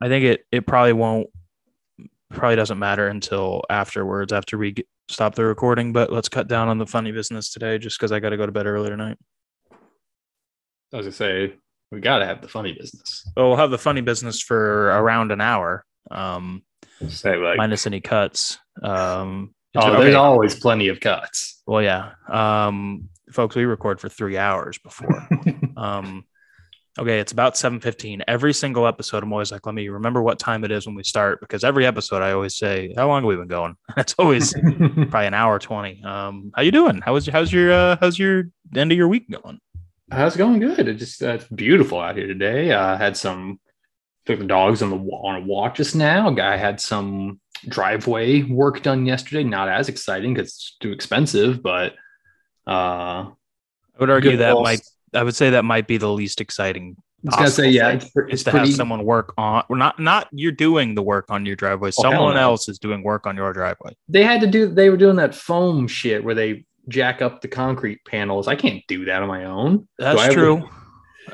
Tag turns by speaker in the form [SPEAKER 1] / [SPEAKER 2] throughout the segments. [SPEAKER 1] I think it it probably won't probably doesn't matter until afterwards after we get, stop the recording. But let's cut down on the funny business today, just because I got to go to bed early tonight.
[SPEAKER 2] I was gonna say we gotta have the funny business.
[SPEAKER 1] Well, we'll have the funny business for around an hour, um,
[SPEAKER 2] Say like,
[SPEAKER 1] minus any cuts. Um, it
[SPEAKER 2] oh,
[SPEAKER 1] took-
[SPEAKER 2] there's
[SPEAKER 1] okay,
[SPEAKER 2] always plenty of cuts.
[SPEAKER 1] well, yeah, um, folks, we record for three hours before. um, okay, it's about seven fifteen. Every single episode, I'm always like, let me remember what time it is when we start, because every episode, I always say, how long have we been going? It's always probably an hour twenty. Um, how you doing? How was how's your uh, how's your end of your week going?
[SPEAKER 2] How's it going? Good. It just uh, it's beautiful out here today. I had some took the dogs on the wa- on a walk just now. Guy had some driveway work done yesterday. Not as exciting because it's too expensive, but uh,
[SPEAKER 1] I would argue
[SPEAKER 2] good
[SPEAKER 1] that
[SPEAKER 2] little-
[SPEAKER 1] might I would say that might be the least exciting.
[SPEAKER 2] I was gonna say
[SPEAKER 1] possible
[SPEAKER 2] yeah,
[SPEAKER 1] thing
[SPEAKER 2] it's, pre-
[SPEAKER 1] Is
[SPEAKER 2] it's
[SPEAKER 1] to
[SPEAKER 2] pretty.
[SPEAKER 1] have someone work on, well, not not you're doing the work on your driveway.
[SPEAKER 2] Oh, hell
[SPEAKER 1] Someone
[SPEAKER 2] no.
[SPEAKER 1] else is doing work on your driveway.
[SPEAKER 2] they had to do. They were doing that foam shit where they jack up the concrete panels. I can't do that on my own. I
[SPEAKER 1] That's
[SPEAKER 2] have-
[SPEAKER 1] true.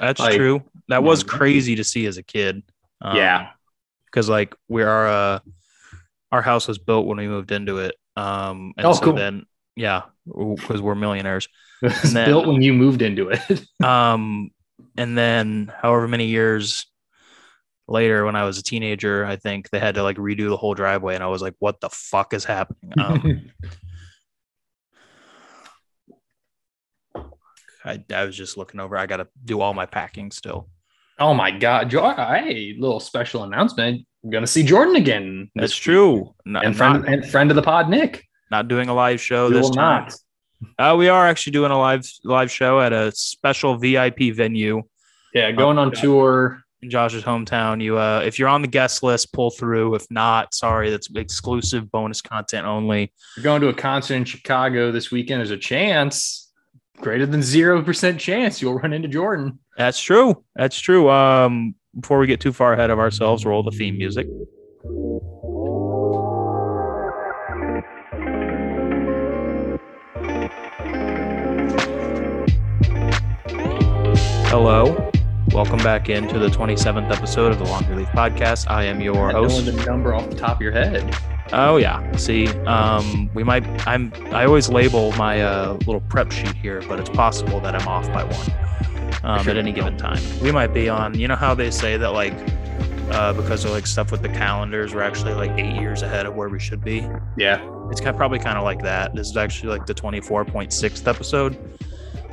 [SPEAKER 1] That's
[SPEAKER 2] Like,
[SPEAKER 1] true. That was
[SPEAKER 2] Mhm.
[SPEAKER 1] crazy to see as a kid. Um,
[SPEAKER 2] yeah,
[SPEAKER 1] because like we are uh, our house was built when we moved into it. Um, and
[SPEAKER 2] Oh,
[SPEAKER 1] so
[SPEAKER 2] cool.
[SPEAKER 1] then yeah, because we're millionaires.
[SPEAKER 2] it was
[SPEAKER 1] then-
[SPEAKER 2] built when you moved into it.
[SPEAKER 1] um and then however many years later when i was a teenager i think they had to like redo the whole driveway and i was like what the fuck is happening um I, I was just looking over i gotta do all my packing still
[SPEAKER 2] Oh my God, Jordan! Hey, little special announcement. I'm gonna see Jordan again.
[SPEAKER 1] that's
[SPEAKER 2] this week.
[SPEAKER 1] true not,
[SPEAKER 2] And friend
[SPEAKER 1] not,
[SPEAKER 2] and friend of the pod, Nick.
[SPEAKER 1] not doing a live show
[SPEAKER 2] We
[SPEAKER 1] Oh, this
[SPEAKER 2] will
[SPEAKER 1] time
[SPEAKER 2] not.
[SPEAKER 1] uh, we are actually doing a live live show at a special vip venue
[SPEAKER 2] Yeah, going on
[SPEAKER 1] God.
[SPEAKER 2] tour.
[SPEAKER 1] in josh's hometown you uh if you're on the guest list pull through if not sorry that's exclusive bonus content only
[SPEAKER 2] You're going to a concert in Chicago this weekend. There's a chance, greater than zero percent chance, you'll run into Jordan.
[SPEAKER 1] That's true. That's true. Um, before we get too far ahead of ourselves, roll the theme music. Hello. Welcome back into the 27th episode of the Longer Leaf Podcast. I am your
[SPEAKER 2] I don't know
[SPEAKER 1] host.
[SPEAKER 2] the number off the top of your head.
[SPEAKER 1] Oh yeah. See, um, we might. I'm. I always label my uh, little prep sheet here, but it's possible that I'm off by one um, at any given time. We might be on. You know how they say that like uh, because of like stuff with the calendars, we're actually like eight years ahead of where we should be.
[SPEAKER 2] Yeah,
[SPEAKER 1] It's kind probably kind of like that. This is actually like the 24.6th episode.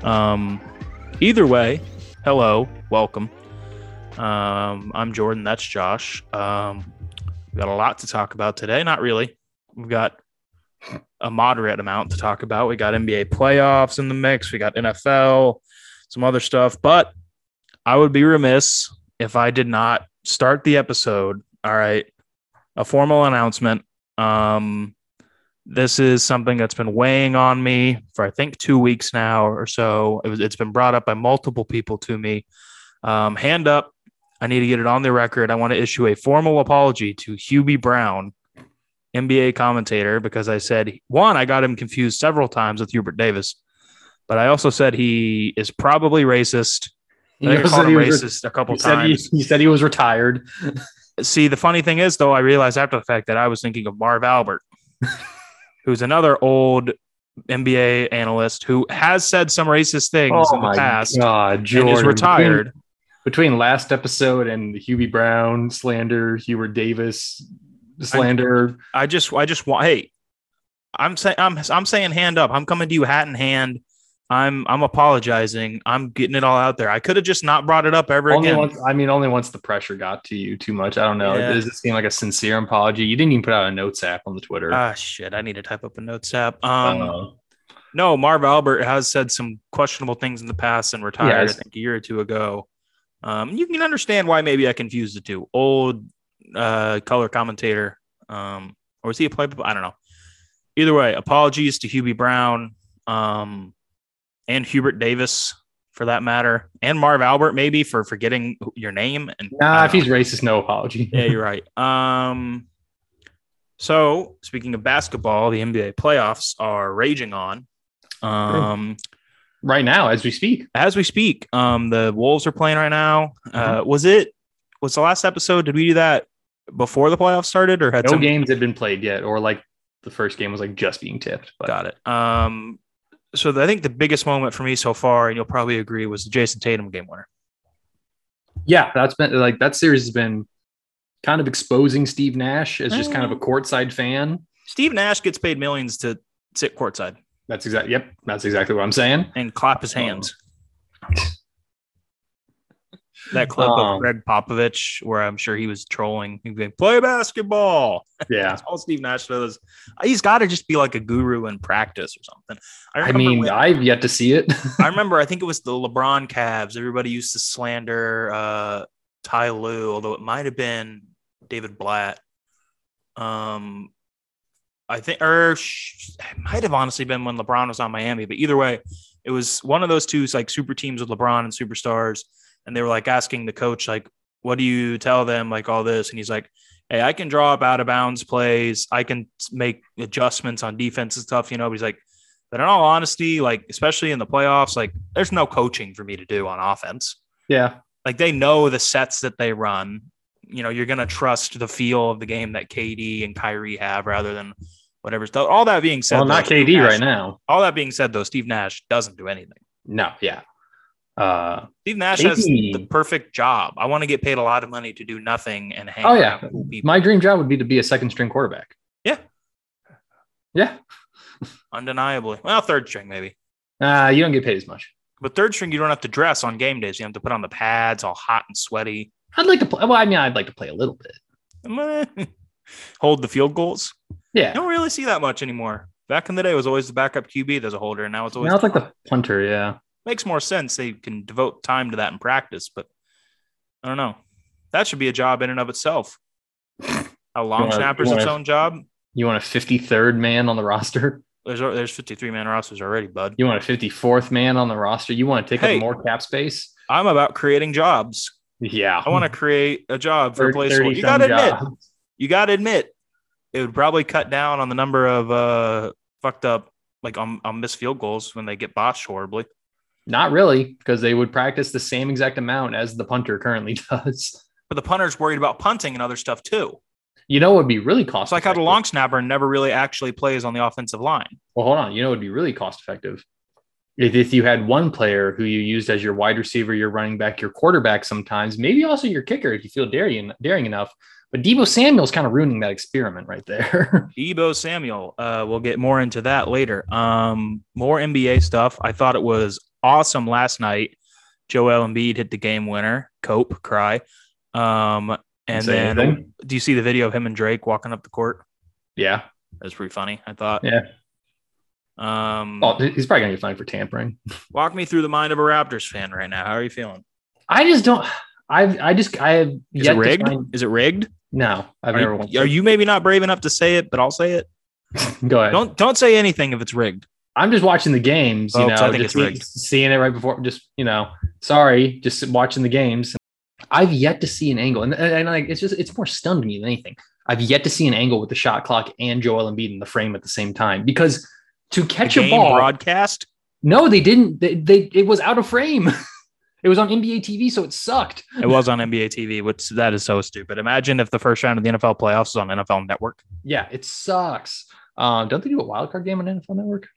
[SPEAKER 1] Um, either way, hello, welcome. Um, I'm Jordan. That's Josh. Um, we got a lot to talk about today. Not really. We've got a moderate amount to talk about. We got NBA playoffs in the mix. We got NFL, some other stuff. But I would be remiss if I did not start the episode. All right, a formal announcement. Um, this is something that's been weighing on me for I think two weeks now or so. It was, it's been brought up by multiple people to me. Um, hand up. I need to get it on the record. I want to issue a formal apology to Hubie Brown, NBA commentator, because I said, one, I got him confused several times with Hubert Davis, but I also said he is probably racist. I think I
[SPEAKER 2] also
[SPEAKER 1] called
[SPEAKER 2] said
[SPEAKER 1] him
[SPEAKER 2] was-
[SPEAKER 1] racist a couple
[SPEAKER 2] he said he-
[SPEAKER 1] times.
[SPEAKER 2] he said he was retired.
[SPEAKER 1] See, the funny thing is, though, I realized after the fact that I was thinking of Marv Albert, who's another old NBA analyst who has said some racist things Oh, in the past
[SPEAKER 2] Oh God,
[SPEAKER 1] and
[SPEAKER 2] Jordan
[SPEAKER 1] is retired.
[SPEAKER 2] between last episode and the Hubie Brown slander, Hubert Davis slander.
[SPEAKER 1] I just, I just want. Hey, I'm saying, I'm, I'm saying, hand up. I'm coming to you, hat in hand. I'm, I'm apologizing. I'm getting it all out there. I could have just not brought it up ever
[SPEAKER 2] Only
[SPEAKER 1] again.
[SPEAKER 2] once, I mean, only once the pressure got to you too much. I don't know.
[SPEAKER 1] Yeah.
[SPEAKER 2] Does it seem like a sincere apology? You didn't even put out a notes app on the Twitter.
[SPEAKER 1] Ah, shit. I need to type up a notes app.
[SPEAKER 2] Uh,
[SPEAKER 1] Um, No, Marv Albert has said some questionable things in the past and retired,
[SPEAKER 2] Yes.
[SPEAKER 1] I think, a year or two ago. Um, you can understand why maybe I confused the two. Old uh, color commentator, um, or was he a play? I don't know. Either way, apologies to Hubie Brown um, and Hubert Davis, for that matter, and Marv Albert maybe for forgetting your name. And
[SPEAKER 2] nah,
[SPEAKER 1] I
[SPEAKER 2] if
[SPEAKER 1] don't know.
[SPEAKER 2] he's racist, no apology.
[SPEAKER 1] Yeah, you're right. Um, so speaking of basketball, the NBA playoffs are raging on. Um,
[SPEAKER 2] right now, as we speak,
[SPEAKER 1] as we speak, um, the Wolves are playing right now. Uh, was it was the last episode? Did we do that before the playoffs started, or had
[SPEAKER 2] No
[SPEAKER 1] some
[SPEAKER 2] games had been played yet, or like the first game was like just being tipped. But
[SPEAKER 1] Got it. Um, so the, I think the biggest moment for me so far, and you'll probably agree, was the Jason Tatum game winner.
[SPEAKER 2] yeah, that's been like that series has been kind of exposing Steve Nash as just kind
[SPEAKER 1] Oh.
[SPEAKER 2] of a courtside fan.
[SPEAKER 1] Steve Nash gets paid millions to sit courtside
[SPEAKER 2] That's exactly yep, that's exactly what I'm saying.
[SPEAKER 1] and clap his hands. That clip
[SPEAKER 2] Um.
[SPEAKER 1] of Greg Popovich, where I'm sure he was trolling, he'd be like, "Play basketball."
[SPEAKER 2] Yeah.
[SPEAKER 1] That's all Steve Nash does. He's got to just be like a guru in practice or something.
[SPEAKER 2] I
[SPEAKER 1] remember
[SPEAKER 2] mean,
[SPEAKER 1] when-
[SPEAKER 2] I've yet to see it.
[SPEAKER 1] I remember. I think it was the LeBron Cavs. Everybody used to slander uh, Ty Lue, although it might have been David Blatt. Um, I think, or sh- it might have honestly been when LeBron was on Miami. But either way, it was one of those two like super teams with LeBron and superstars, and they were like asking the coach, like, "What do you tell them?" Like all this, and he's like. Hey, I can draw up out of bounds plays. I can make adjustments on defense and stuff, you know. But he's like, but in all honesty, like especially in the playoffs, like there's no coaching for me to do on offense.
[SPEAKER 2] yeah.
[SPEAKER 1] Like they know the sets that they run. You know, you're gonna trust the feel of the game that KD and Kyrie have rather than whatever stuff. All that being said,
[SPEAKER 2] Well,
[SPEAKER 1] though,
[SPEAKER 2] not
[SPEAKER 1] Steve
[SPEAKER 2] KD
[SPEAKER 1] Nash-
[SPEAKER 2] right now.
[SPEAKER 1] All that being said, though, Steve Nash doesn't do anything.
[SPEAKER 2] No, yeah. Uh,
[SPEAKER 1] Steve Nash has
[SPEAKER 2] KD
[SPEAKER 1] the perfect job. I want to get paid a lot of money to do nothing and hang
[SPEAKER 2] Oh, yeah.
[SPEAKER 1] around cool people.
[SPEAKER 2] my dream job would be to be a second string quarterback.
[SPEAKER 1] Yeah.
[SPEAKER 2] Yeah.
[SPEAKER 1] undeniably. Well, third string maybe.
[SPEAKER 2] Uh, you don't get paid as much.
[SPEAKER 1] But third string, you don't have to dress on game days. You have to put on the pads, all hot and sweaty.
[SPEAKER 2] I'd like to play. Well, I mean, I'd like to play a little bit.
[SPEAKER 1] Hold the field goals.
[SPEAKER 2] Yeah.
[SPEAKER 1] You don't really see that much anymore. Back in the day, it was always the backup QB that's a holder, and now it's always
[SPEAKER 2] Now it's like the punter. Yeah.
[SPEAKER 1] makes more sense. They can devote time to that in practice, but I don't know. That should be a job in and of itself. A long
[SPEAKER 2] wanna-
[SPEAKER 1] snapper's
[SPEAKER 2] you
[SPEAKER 1] its
[SPEAKER 2] wanna-
[SPEAKER 1] own job.
[SPEAKER 2] You want a 53rd man on the roster?
[SPEAKER 1] There's there's 53 man rosters already, bud.
[SPEAKER 2] You want a 54th man on the roster? You want to take
[SPEAKER 1] Hey.
[SPEAKER 2] up more cap space?
[SPEAKER 1] I'm about creating jobs.
[SPEAKER 2] Yeah.
[SPEAKER 1] I want to create a job for a place. where- You
[SPEAKER 2] 30 some
[SPEAKER 1] gotta admit,
[SPEAKER 2] jobs.
[SPEAKER 1] you gotta admit, it would probably cut down on the number of uh fucked up like on, on missed field goals when they get botched horribly.
[SPEAKER 2] Not really, because they would practice the same exact amount as the punter currently does.
[SPEAKER 1] But the punter's worried about punting and other stuff too.
[SPEAKER 2] You know what would be really cost
[SPEAKER 1] It's like how the
[SPEAKER 2] effective?
[SPEAKER 1] long snapper never really actually plays on the offensive line.
[SPEAKER 2] Well, hold on. You know, it'd be really cost effective if, if you had one player who you used as your wide receiver, your running back, your quarterback, sometimes maybe also your kicker if you feel daring daring enough. But Debo Samuel's kind of ruining that experiment right there.
[SPEAKER 1] Debo Samuel, uh, we'll get more into that later. Um, more NBA stuff. I thought it was awesome last night. Joel Embiid hit the game winner. Cope, cry. Um, and
[SPEAKER 2] Say
[SPEAKER 1] then,
[SPEAKER 2] anything?
[SPEAKER 1] do you see the video of him and Drake walking up the court?
[SPEAKER 2] yeah,
[SPEAKER 1] That was pretty funny. I thought.
[SPEAKER 2] Yeah.
[SPEAKER 1] Um,
[SPEAKER 2] oh, he's probably gonna get fined for tampering.
[SPEAKER 1] walk me through the mind of a Raptors fan right now. How are you feeling?
[SPEAKER 2] I just don't. I've I just I have
[SPEAKER 1] Is
[SPEAKER 2] yet
[SPEAKER 1] it
[SPEAKER 2] to
[SPEAKER 1] rigged?
[SPEAKER 2] find-
[SPEAKER 1] Is it rigged?
[SPEAKER 2] no, I've
[SPEAKER 1] Are
[SPEAKER 2] never.
[SPEAKER 1] you,
[SPEAKER 2] watched
[SPEAKER 1] are
[SPEAKER 2] it.
[SPEAKER 1] you maybe not brave enough to say it? But I'll say it.
[SPEAKER 2] Go ahead.
[SPEAKER 1] Don't don't say anything if it's rigged.
[SPEAKER 2] I'm just watching the games. You
[SPEAKER 1] Oh,
[SPEAKER 2] know,
[SPEAKER 1] 'cause I think it's
[SPEAKER 2] just see-
[SPEAKER 1] rigged.
[SPEAKER 2] seeing it right before. Just you know, sorry, just watching the games. I've yet to see an angle, and, and, and, like it's just it's more stunned me than anything. I've yet to see an angle with the shot clock and Joel Embiid in the frame at the same time because to catch
[SPEAKER 1] the
[SPEAKER 2] a
[SPEAKER 1] game
[SPEAKER 2] ball,
[SPEAKER 1] broadcast.
[SPEAKER 2] no, they didn't. They, they it was out of frame. it was on NBA TV, so it sucked.
[SPEAKER 1] It was on NBA TV, which that is so stupid. Imagine if the first round of the NFL playoffs is on NFL Network.
[SPEAKER 2] Yeah, it sucks. Um, don't they do a wild card game on NFL Network?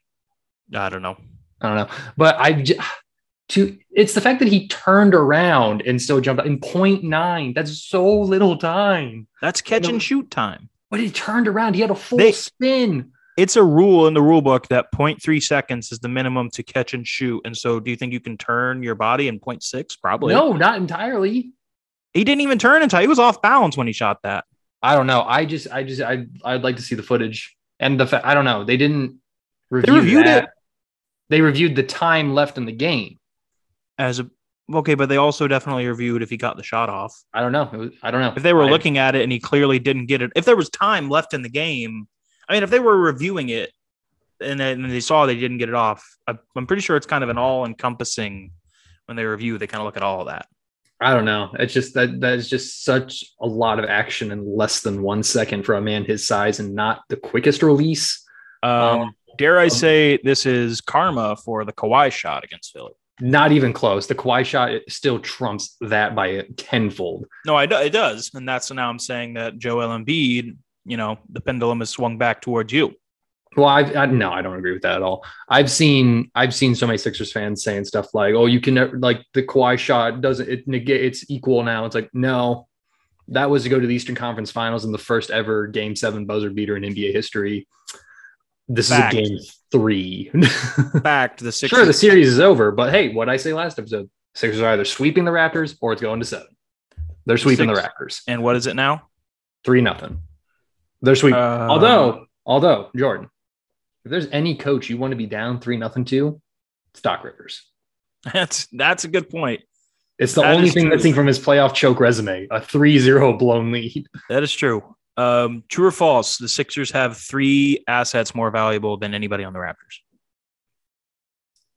[SPEAKER 1] I don't know.
[SPEAKER 2] I don't know, but I j- to it's the fact that he turned around and still jumped out in 0.9. That's so little time.
[SPEAKER 1] That's catch
[SPEAKER 2] No.
[SPEAKER 1] and shoot time.
[SPEAKER 2] But he turned around. He had a full
[SPEAKER 1] They-
[SPEAKER 2] spin.
[SPEAKER 1] It's a rule in the rule book that 0.3 seconds is the minimum to catch and shoot. And so, do you think you can turn your body in 0.6? Probably.
[SPEAKER 2] No, not entirely.
[SPEAKER 1] He didn't even turn until he was off balance when he shot that.
[SPEAKER 2] I don't know. I just, I just, I, I'd like to see the footage and the fact. I don't know. They didn't review
[SPEAKER 1] reviewed
[SPEAKER 2] that.
[SPEAKER 1] it.
[SPEAKER 2] They reviewed the time left in the game.
[SPEAKER 1] As a okay, but they also definitely reviewed if he got the shot off.
[SPEAKER 2] I don't know. It was, I don't know.
[SPEAKER 1] If they were
[SPEAKER 2] I-
[SPEAKER 1] looking at it and he clearly didn't get it, if there was time left in the game, I mean, if they were reviewing it and then they saw they didn't get it off, I- I'm pretty sure it's kind of an all encompassing when they review, they kind of look at all of that.
[SPEAKER 2] I don't know. It's just that that is just such a lot of action in less than one second for a man his size and not the quickest release.
[SPEAKER 1] Um,
[SPEAKER 2] Um,
[SPEAKER 1] dare I say this is karma for the Kawhi shot against Philly?
[SPEAKER 2] Not even close. The Kawhi shot it still trumps that by a tenfold.
[SPEAKER 1] No, I do, it does, and that's now I'm saying that Joel Embiid, you know, the pendulum has swung back towards you.
[SPEAKER 2] Well, I've, I no, I don't agree with that at all. I've seen I've seen so many Sixers fans saying stuff like, "Oh, you can never, like the Kawhi shot doesn't it negate it's equal now." It's like no, that was to go to the Eastern Conference Finals in the first ever Game Seven buzzer beater in NBA history. This
[SPEAKER 1] Fact.
[SPEAKER 2] is a game three.
[SPEAKER 1] Back to the Sixers.
[SPEAKER 2] sure, the series is over, but hey, what I say last episode, Sixers are either sweeping the Raptors or it's going to seven. They're sweeping the
[SPEAKER 1] Six.
[SPEAKER 2] Raptors
[SPEAKER 1] and what is it now?
[SPEAKER 2] three nothing. They're sweeping.
[SPEAKER 1] Uh,
[SPEAKER 2] Although, although Jordan, if there's any coach you want to be down three nothing to, it's Doc Rivers.
[SPEAKER 1] Uh, that's that's a good point.
[SPEAKER 2] It's the
[SPEAKER 1] That
[SPEAKER 2] only
[SPEAKER 1] is
[SPEAKER 2] thing
[SPEAKER 1] true.
[SPEAKER 2] missing from his playoff choke resume: a 3-0 blown lead.
[SPEAKER 1] That is true. Um, true or false? The Sixers have three assets more valuable than anybody on the Raptors.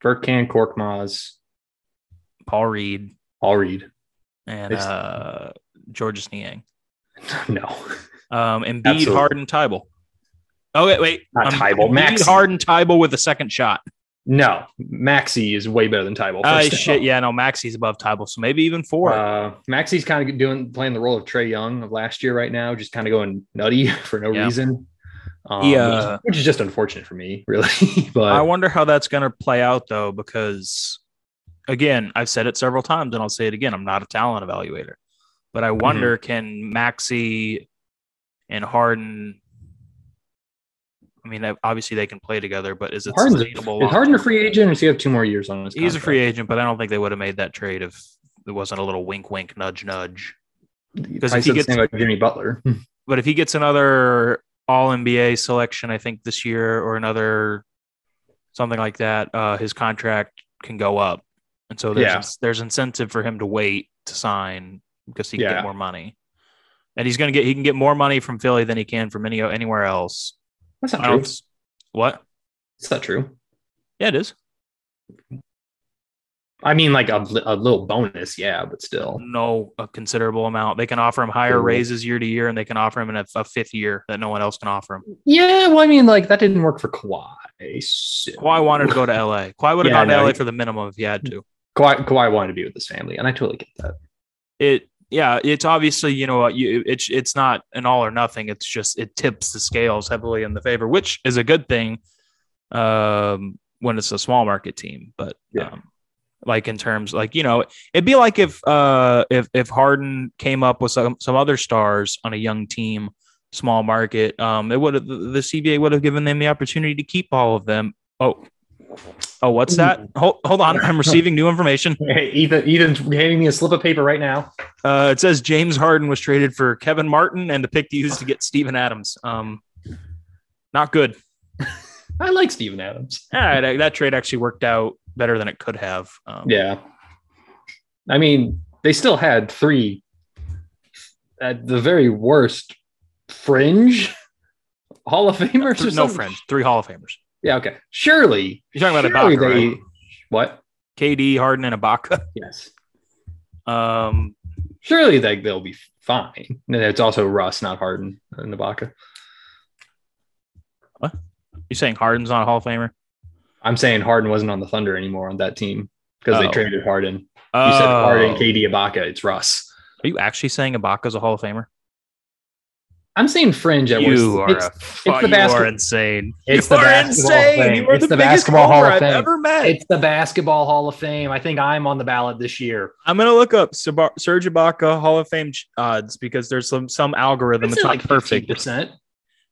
[SPEAKER 2] Furkan Korkmaz,
[SPEAKER 1] Paul Reed
[SPEAKER 2] I'll read.
[SPEAKER 1] and
[SPEAKER 2] They've-
[SPEAKER 1] uh, Georges Niang.
[SPEAKER 2] No,
[SPEAKER 1] Um, Embiid,
[SPEAKER 2] Absolutely.
[SPEAKER 1] Harden, Tybal. Oh wait, wait.
[SPEAKER 2] Not Tybal,
[SPEAKER 1] Embiid,
[SPEAKER 2] Maxey.
[SPEAKER 1] Harden, Tybal with a second shot.
[SPEAKER 2] no, Maxi is way better than Tybal.
[SPEAKER 1] Oh
[SPEAKER 2] first of
[SPEAKER 1] shit!
[SPEAKER 2] all.
[SPEAKER 1] Yeah, no, Maxi's above Tybal, so maybe even four.
[SPEAKER 2] Uh, Maxi's kind of doing playing the role of Trey Young of last year right now, just kind of going nutty for no
[SPEAKER 1] Yeah.
[SPEAKER 2] reason. Um,
[SPEAKER 1] He,
[SPEAKER 2] which-
[SPEAKER 1] uh,
[SPEAKER 2] which, is just unfortunate for me, really. but
[SPEAKER 1] I wonder how that's going to play out though, because again, I've said it several times, and I'll say it again. I'm not a talent evaluator, but
[SPEAKER 2] Mm-hmm.
[SPEAKER 1] I wonder can Maxi and Harden. I mean, obviously they can play together, but is it
[SPEAKER 2] Harden's a,
[SPEAKER 1] sustainable?
[SPEAKER 2] is Harden a
[SPEAKER 1] long-term?
[SPEAKER 2] free agent, or does he have two more years on his?
[SPEAKER 1] He's a
[SPEAKER 2] contract?
[SPEAKER 1] free agent, but I don't think they would have made that trade if it wasn't a little wink, wink, nudge, nudge.
[SPEAKER 2] Because
[SPEAKER 1] if
[SPEAKER 2] I
[SPEAKER 1] he
[SPEAKER 2] said
[SPEAKER 1] gets-
[SPEAKER 2] the same about Jimmy Butler.
[SPEAKER 1] But if he gets another All NBA selection, I think this year or another something like that, uh, his contract can go up, and so there's
[SPEAKER 2] Yeah.
[SPEAKER 1] there's incentive for him to wait to sign because he can
[SPEAKER 2] Yeah.
[SPEAKER 1] get more money, and he's gonna get he can get more money from Philly than he can from any anywhere else.
[SPEAKER 2] That's not
[SPEAKER 1] I
[SPEAKER 2] true.
[SPEAKER 1] don't. What?
[SPEAKER 2] It's not true.
[SPEAKER 1] Yeah, it is.
[SPEAKER 2] I mean, like a, li- a little bonus, yeah, but still.
[SPEAKER 1] No, a considerable amount. They can offer him higher
[SPEAKER 2] Ooh.
[SPEAKER 1] raises year to year, and they can offer him in a, a fifth year that no one else can offer him.
[SPEAKER 2] Yeah, well, I mean, like that didn't work for Kawhi. So.
[SPEAKER 1] Kawhi wanted to go to LA. Kawhi would have
[SPEAKER 2] Yeah, I
[SPEAKER 1] gone to
[SPEAKER 2] know.
[SPEAKER 1] LA for the minimum if he had to.
[SPEAKER 2] Kawhi, Kawhi wanted to be with his family, and I totally get that.
[SPEAKER 1] It, yeah, it's obviously you know you, it's it's not an all or nothing. It's just it tips the scales heavily in the favor, which is a good thing um, when it's a small market team. But
[SPEAKER 2] Yeah.
[SPEAKER 1] um, like in terms like you know it'd be like if uh, if if Harden came up with some some other stars on a young team, small market, um, it would have the the CBA would have given them the opportunity to keep all of them. Oh. Oh, what's that? Hold, hold on. I'm receiving new information.
[SPEAKER 2] Hey, Ethan, Ethan's handing me a slip of paper right now.
[SPEAKER 1] Uh, it says James Harden was traded for Kevin Martin and the pick used to get Steven Adams. Um, not good.
[SPEAKER 2] I like Steven Adams.
[SPEAKER 1] All right, that trade actually worked out better than it could have. Um,
[SPEAKER 2] Yeah, I mean, they still had three at the very worst fringe Hall of Famers.
[SPEAKER 1] th-
[SPEAKER 2] or
[SPEAKER 1] no
[SPEAKER 2] something.
[SPEAKER 1] friends, three Hall of Famers.
[SPEAKER 2] Yeah, okay. Surely
[SPEAKER 1] You're talking about
[SPEAKER 2] surely
[SPEAKER 1] Ibaka,
[SPEAKER 2] they-
[SPEAKER 1] right?
[SPEAKER 2] What?
[SPEAKER 1] KD, Harden, and Ibaka.
[SPEAKER 2] Yes.
[SPEAKER 1] Um,
[SPEAKER 2] Surely they they'll be fine. And it's also Russ, not Harden and Ibaka.
[SPEAKER 1] you saying Harden's not a Hall of Famer?
[SPEAKER 2] I'm saying Harden wasn't on the Thunder anymore on that team because they
[SPEAKER 1] Oh.
[SPEAKER 2] traded Harden. You
[SPEAKER 1] Oh,
[SPEAKER 2] said Harden, KD, Ibaka. It's Russ.
[SPEAKER 1] are you actually saying Ibaka's a Hall of Famer?
[SPEAKER 2] I'm saying fringe at worst.
[SPEAKER 1] You are
[SPEAKER 2] It's,
[SPEAKER 1] a fuck, you
[SPEAKER 2] basket-
[SPEAKER 1] are insane.
[SPEAKER 2] it's
[SPEAKER 1] you
[SPEAKER 2] the
[SPEAKER 1] are
[SPEAKER 2] basketball
[SPEAKER 1] insane.
[SPEAKER 2] thing.
[SPEAKER 1] You are
[SPEAKER 2] It's
[SPEAKER 1] the,
[SPEAKER 2] the
[SPEAKER 1] biggest
[SPEAKER 2] basketball Hall
[SPEAKER 1] homer
[SPEAKER 2] of
[SPEAKER 1] I've
[SPEAKER 2] Fame.
[SPEAKER 1] ever met.
[SPEAKER 2] it's the Basketball Hall of Fame. I think I'm on the ballot this year.
[SPEAKER 1] I'm gonna look up Saba- Serge Ibaka Hall of Fame ch- odds because there's some some algorithm. It's,
[SPEAKER 2] I'd say
[SPEAKER 1] not
[SPEAKER 2] like
[SPEAKER 1] perfect.
[SPEAKER 2] 15%.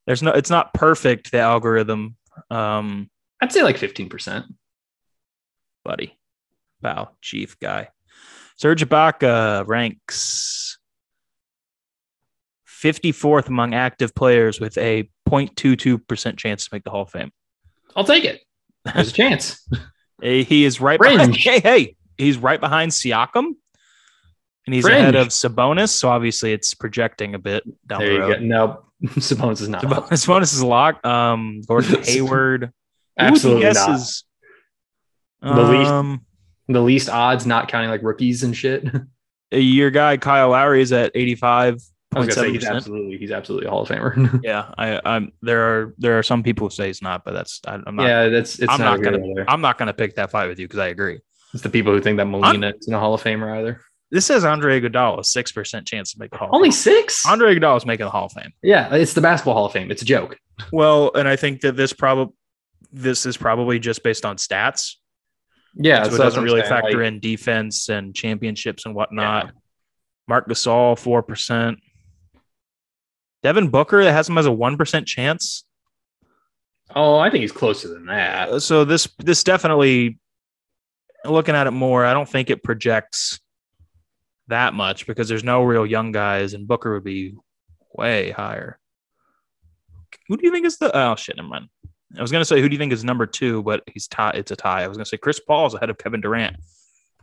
[SPEAKER 1] There's no. It's not perfect. The algorithm, um,
[SPEAKER 2] I'd say like 15%.
[SPEAKER 1] buddy, wow, chief guy. Serge Ibaka ranks 54th among active players with a 0.22 percent chance to make the Hall of Fame.
[SPEAKER 2] I'll take it. There's a chance.
[SPEAKER 1] Eh, He is right. Behind,
[SPEAKER 2] Fringe.
[SPEAKER 1] hey, hey, he's right behind Siakam, and he's
[SPEAKER 2] Fringe.
[SPEAKER 1] ahead of Sabonis. So obviously, it's projecting a bit down
[SPEAKER 2] there
[SPEAKER 1] the
[SPEAKER 2] you
[SPEAKER 1] road.
[SPEAKER 2] go. No, Sabonis is not. up.
[SPEAKER 1] Sabonis bonus is locked. Um, Gordon Hayward. Who would you
[SPEAKER 2] Absolutely
[SPEAKER 1] guess
[SPEAKER 2] not.
[SPEAKER 1] is-
[SPEAKER 2] The least-
[SPEAKER 1] Um,
[SPEAKER 2] the least odds, not counting like rookies and shit.
[SPEAKER 1] your guy Kyle Lowry is at eighty-five
[SPEAKER 2] I was
[SPEAKER 1] point
[SPEAKER 2] gonna say
[SPEAKER 1] seven
[SPEAKER 2] he's
[SPEAKER 1] percent.
[SPEAKER 2] absolutely he's absolutely a Hall of Famer.
[SPEAKER 1] Yeah, I, I'm. There are there are some people who say he's not, but that's I, I'm not.
[SPEAKER 2] yeah, that's it's
[SPEAKER 1] I'm
[SPEAKER 2] not,
[SPEAKER 1] not gonna-
[SPEAKER 2] gonna.
[SPEAKER 1] I'm not going to pick that fight with you because I agree.
[SPEAKER 2] It's the people who think that Molina is in a Hall of Famer either.
[SPEAKER 1] This says Andre Iguodala six percent chance to make the Hall. of
[SPEAKER 2] Only
[SPEAKER 1] Fame.
[SPEAKER 2] six?
[SPEAKER 1] Andre Iguodala's making the Hall of Fame.
[SPEAKER 2] yeah, it's the basketball Hall of Fame. It's a joke.
[SPEAKER 1] Well, and I think that this probably this is probably just based on stats,
[SPEAKER 2] Yeah,
[SPEAKER 1] so it doesn't really factor in defense and championships and whatnot.
[SPEAKER 2] Yeah.
[SPEAKER 1] Mark Gasol four percent. Devin Booker that has him as a one percent chance.
[SPEAKER 2] Oh, I think he's closer than that.
[SPEAKER 1] Uh, so this this definitely looking at it more i don't think it projects that much because there's no real young guys and booker would be way higher who do you think is the oh shit never mind i was going to say who do you think is number two but he's tie it's a tie i was going to say chris paul's ahead of kevin durant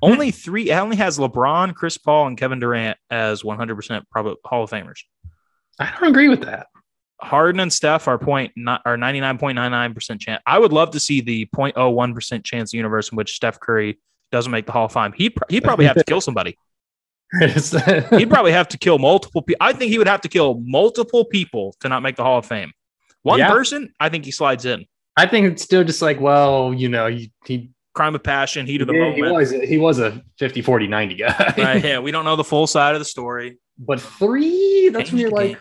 [SPEAKER 1] only three it only has lebron chris paul and kevin durant as 100% probably hall of famers
[SPEAKER 2] I don't agree with that.
[SPEAKER 1] Harden and Steph are point not are ninety nine point nine nine percent chance. I would love to see the 0.01 percent chance universe in which Steph Curry doesn't make the Hall of Fame. He would he'd probably have to kill somebody.
[SPEAKER 2] It's-
[SPEAKER 1] He'd probably have to kill multiple people. I think he would have to kill multiple people to not make the Hall of Fame. One
[SPEAKER 2] Yeah.
[SPEAKER 1] person, I think he slides in.
[SPEAKER 2] I think it's still just like, well, you know, he he,
[SPEAKER 1] Crime of passion, heat of the
[SPEAKER 2] yeah, he
[SPEAKER 1] moment.
[SPEAKER 2] was he was a 50 40 90 guy.
[SPEAKER 1] Right, yeah, we don't know the full side of the story.
[SPEAKER 2] But three, that's when
[SPEAKER 1] Change
[SPEAKER 2] you're
[SPEAKER 1] the
[SPEAKER 2] like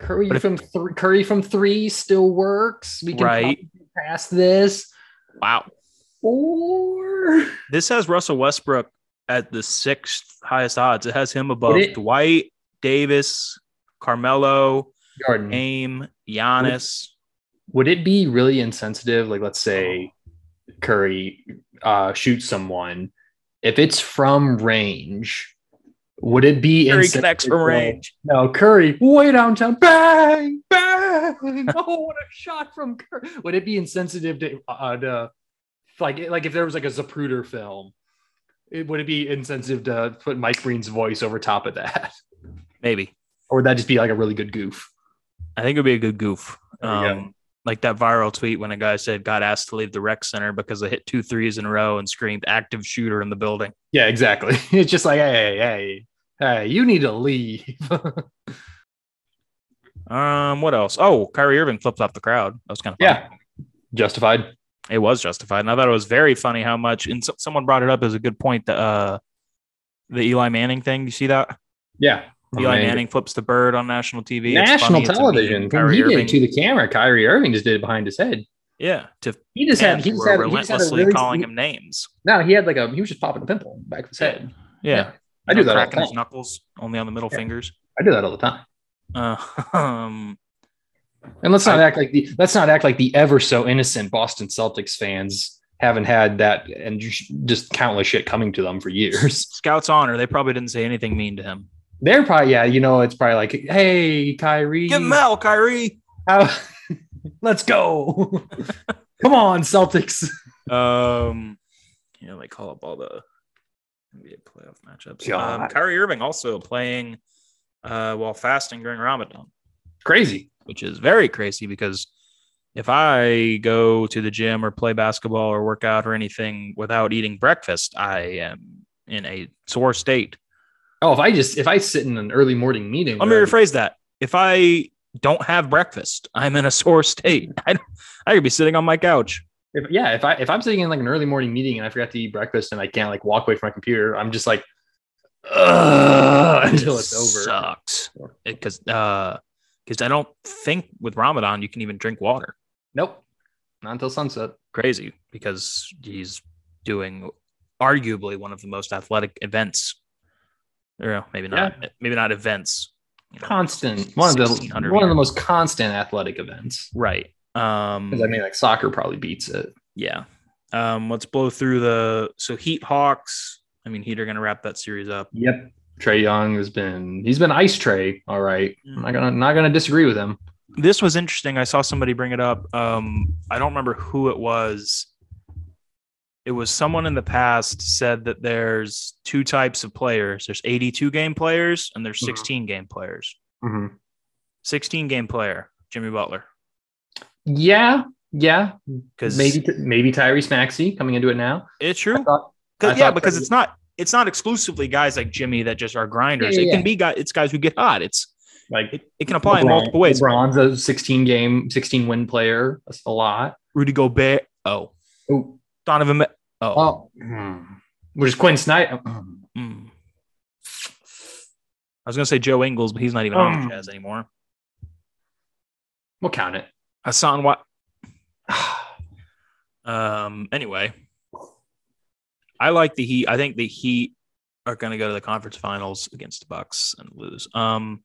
[SPEAKER 2] Curry
[SPEAKER 1] But if-
[SPEAKER 2] from three Curry from three still works. We can
[SPEAKER 1] Right.
[SPEAKER 2] probably get past this.
[SPEAKER 1] Wow.
[SPEAKER 2] Or
[SPEAKER 1] This has Russell Westbrook at the sixth highest odds. It has him above
[SPEAKER 2] it-
[SPEAKER 1] Dwight, Davis, Carmelo,
[SPEAKER 2] Jordan.
[SPEAKER 1] Aim, Giannis.
[SPEAKER 2] Would it be really insensitive? Like, let's say Curry uh, shoots someone. If it's from range, would it be
[SPEAKER 1] Curry
[SPEAKER 2] insensitive
[SPEAKER 1] connects from
[SPEAKER 2] to-
[SPEAKER 1] range.
[SPEAKER 2] No, Curry way downtown, bang, bang! oh, what a shot from Curry! Would it be insensitive to, uh, to like, like if there was like a Zapruder film? It, would it be insensitive to put Mike Breen's voice over top of that,
[SPEAKER 1] Maybe.
[SPEAKER 2] or would that just be like a really good goof?
[SPEAKER 1] I think it'd be a good goof.
[SPEAKER 2] There you go.
[SPEAKER 1] Um, like that viral tweet when a guy said got asked to leave the rec center because they hit two threes in a row and screamed active shooter in the building.
[SPEAKER 2] Yeah, exactly. It's just like, hey, hey, hey, you need to leave.
[SPEAKER 1] Um, what else? Oh, Kyrie Irving flipped off the crowd. That was kind of funny.
[SPEAKER 2] yeah, justified.
[SPEAKER 1] It was justified. And I thought it was very funny how much and so, someone brought it up as a good point. The uh the Eli Manning thing. You see that?
[SPEAKER 2] Yeah,
[SPEAKER 1] Eli
[SPEAKER 2] I mean,
[SPEAKER 1] Manning flips the bird on national TV. It's
[SPEAKER 2] Oh, national
[SPEAKER 1] funny. It's a meme.
[SPEAKER 2] television.
[SPEAKER 1] Kyrie
[SPEAKER 2] he did
[SPEAKER 1] Irving.
[SPEAKER 2] it to the camera. Kyrie Irving just did it behind his head.
[SPEAKER 1] yeah. To
[SPEAKER 2] He just had.
[SPEAKER 1] fans
[SPEAKER 2] He
[SPEAKER 1] who
[SPEAKER 2] just
[SPEAKER 1] were
[SPEAKER 2] had. He just had a
[SPEAKER 1] relentlessly
[SPEAKER 2] really,
[SPEAKER 1] calling him names.
[SPEAKER 2] No, he had like a. He was just popping a pimple on the back of his head.
[SPEAKER 1] Yeah.
[SPEAKER 2] I
[SPEAKER 1] You
[SPEAKER 2] do
[SPEAKER 1] know,
[SPEAKER 2] that all
[SPEAKER 1] cracking
[SPEAKER 2] the
[SPEAKER 1] his
[SPEAKER 2] time.
[SPEAKER 1] knuckles only on the middle
[SPEAKER 2] Yeah.
[SPEAKER 1] fingers.
[SPEAKER 2] I do that all the time.
[SPEAKER 1] Uh, um,
[SPEAKER 2] And let's not
[SPEAKER 1] I-
[SPEAKER 2] act like the. Let's not act like the ever so innocent Boston Celtics fans haven't had that and ju- just countless shit coming to them for years.
[SPEAKER 1] Scouts honor. They probably didn't say anything mean to him.
[SPEAKER 2] They're probably yeah. You know, it's probably like, hey, Kyrie,
[SPEAKER 1] Get him out, Kyrie.
[SPEAKER 2] how- let's go. Come on, Celtics.
[SPEAKER 1] Um, you know they call up all the NBA playoff matchups. Um,
[SPEAKER 2] God.
[SPEAKER 1] Kyrie Irving also playing uh, while fasting during Ramadan,
[SPEAKER 2] Crazy.
[SPEAKER 1] which is very crazy because if I go to the gym or play basketball or work out or anything without eating breakfast, I am in a sore state.
[SPEAKER 2] Oh, if I just if I sit in an early morning meeting,
[SPEAKER 1] Let me
[SPEAKER 2] where I-
[SPEAKER 1] rephrase that. If I don't have breakfast, I'm in a sore state. I, I could be sitting on my couch.
[SPEAKER 2] If, yeah, if I if I'm sitting in like an early morning meeting and I forgot to eat breakfast and I can't like walk away from my computer, I'm just like "Ugh," until it's over.
[SPEAKER 1] Sucks because because I don't think with Ramadan you can even drink water.
[SPEAKER 2] Nope, not until sunset.
[SPEAKER 1] Crazy because he's doing arguably one of the most athletic events. Or maybe not. Maybe not events. you know.
[SPEAKER 2] Constant, one of the
[SPEAKER 1] 1600
[SPEAKER 2] one of
[SPEAKER 1] meter.
[SPEAKER 2] the most constant athletic events.
[SPEAKER 1] Right. Um,
[SPEAKER 2] 'Cause I mean, like soccer probably beats it.
[SPEAKER 1] Yeah. Um, let's blow through the so Heat Hawks. I mean, Heat are going to wrap that series up.
[SPEAKER 2] Yep, Trey Young has been he's been ice Trey. All right, I'm not gonna not gonna disagree with him.
[SPEAKER 1] this was interesting. I saw somebody bring it up. Um, I don't remember who it was. It was someone in the past said that there's two types of players. There's 82 game players and there's
[SPEAKER 2] Mhm.
[SPEAKER 1] 16 game players.
[SPEAKER 2] Mm-hmm.
[SPEAKER 1] 16 game player, Jimmy Butler,
[SPEAKER 2] Yeah, yeah,
[SPEAKER 1] because
[SPEAKER 2] maybe maybe Tyrese Maxey coming into it now.
[SPEAKER 1] it's
[SPEAKER 2] I
[SPEAKER 1] true.
[SPEAKER 2] thought-
[SPEAKER 1] 'Cause-
[SPEAKER 2] I
[SPEAKER 1] yeah,
[SPEAKER 2] thought
[SPEAKER 1] because
[SPEAKER 2] that-
[SPEAKER 1] it's not it's not exclusively guys like Jimmy that just are grinders.
[SPEAKER 2] Yeah, yeah,
[SPEAKER 1] it can
[SPEAKER 2] yeah.
[SPEAKER 1] be guys. It's guys who get hot. It's
[SPEAKER 2] like
[SPEAKER 1] it, it can apply in
[SPEAKER 2] LeBron-
[SPEAKER 1] multiple ways.
[SPEAKER 2] LeBron's a 16 game, 16 win player. That's a lot.
[SPEAKER 1] Rudy Gobert. Oh,
[SPEAKER 2] Oh,
[SPEAKER 1] Donovan. Ma- Oh,
[SPEAKER 2] oh. which is Quinn Snyder. Hmm.
[SPEAKER 1] Mm. I was gonna say Joe Ingles, but he's not even on
[SPEAKER 2] Um.
[SPEAKER 1] the Jazz anymore.
[SPEAKER 2] We'll count it.
[SPEAKER 1] Hassan White. um. Anyway, I like the Heat. I think the Heat are gonna go to the conference finals against the Bucks and lose. Um,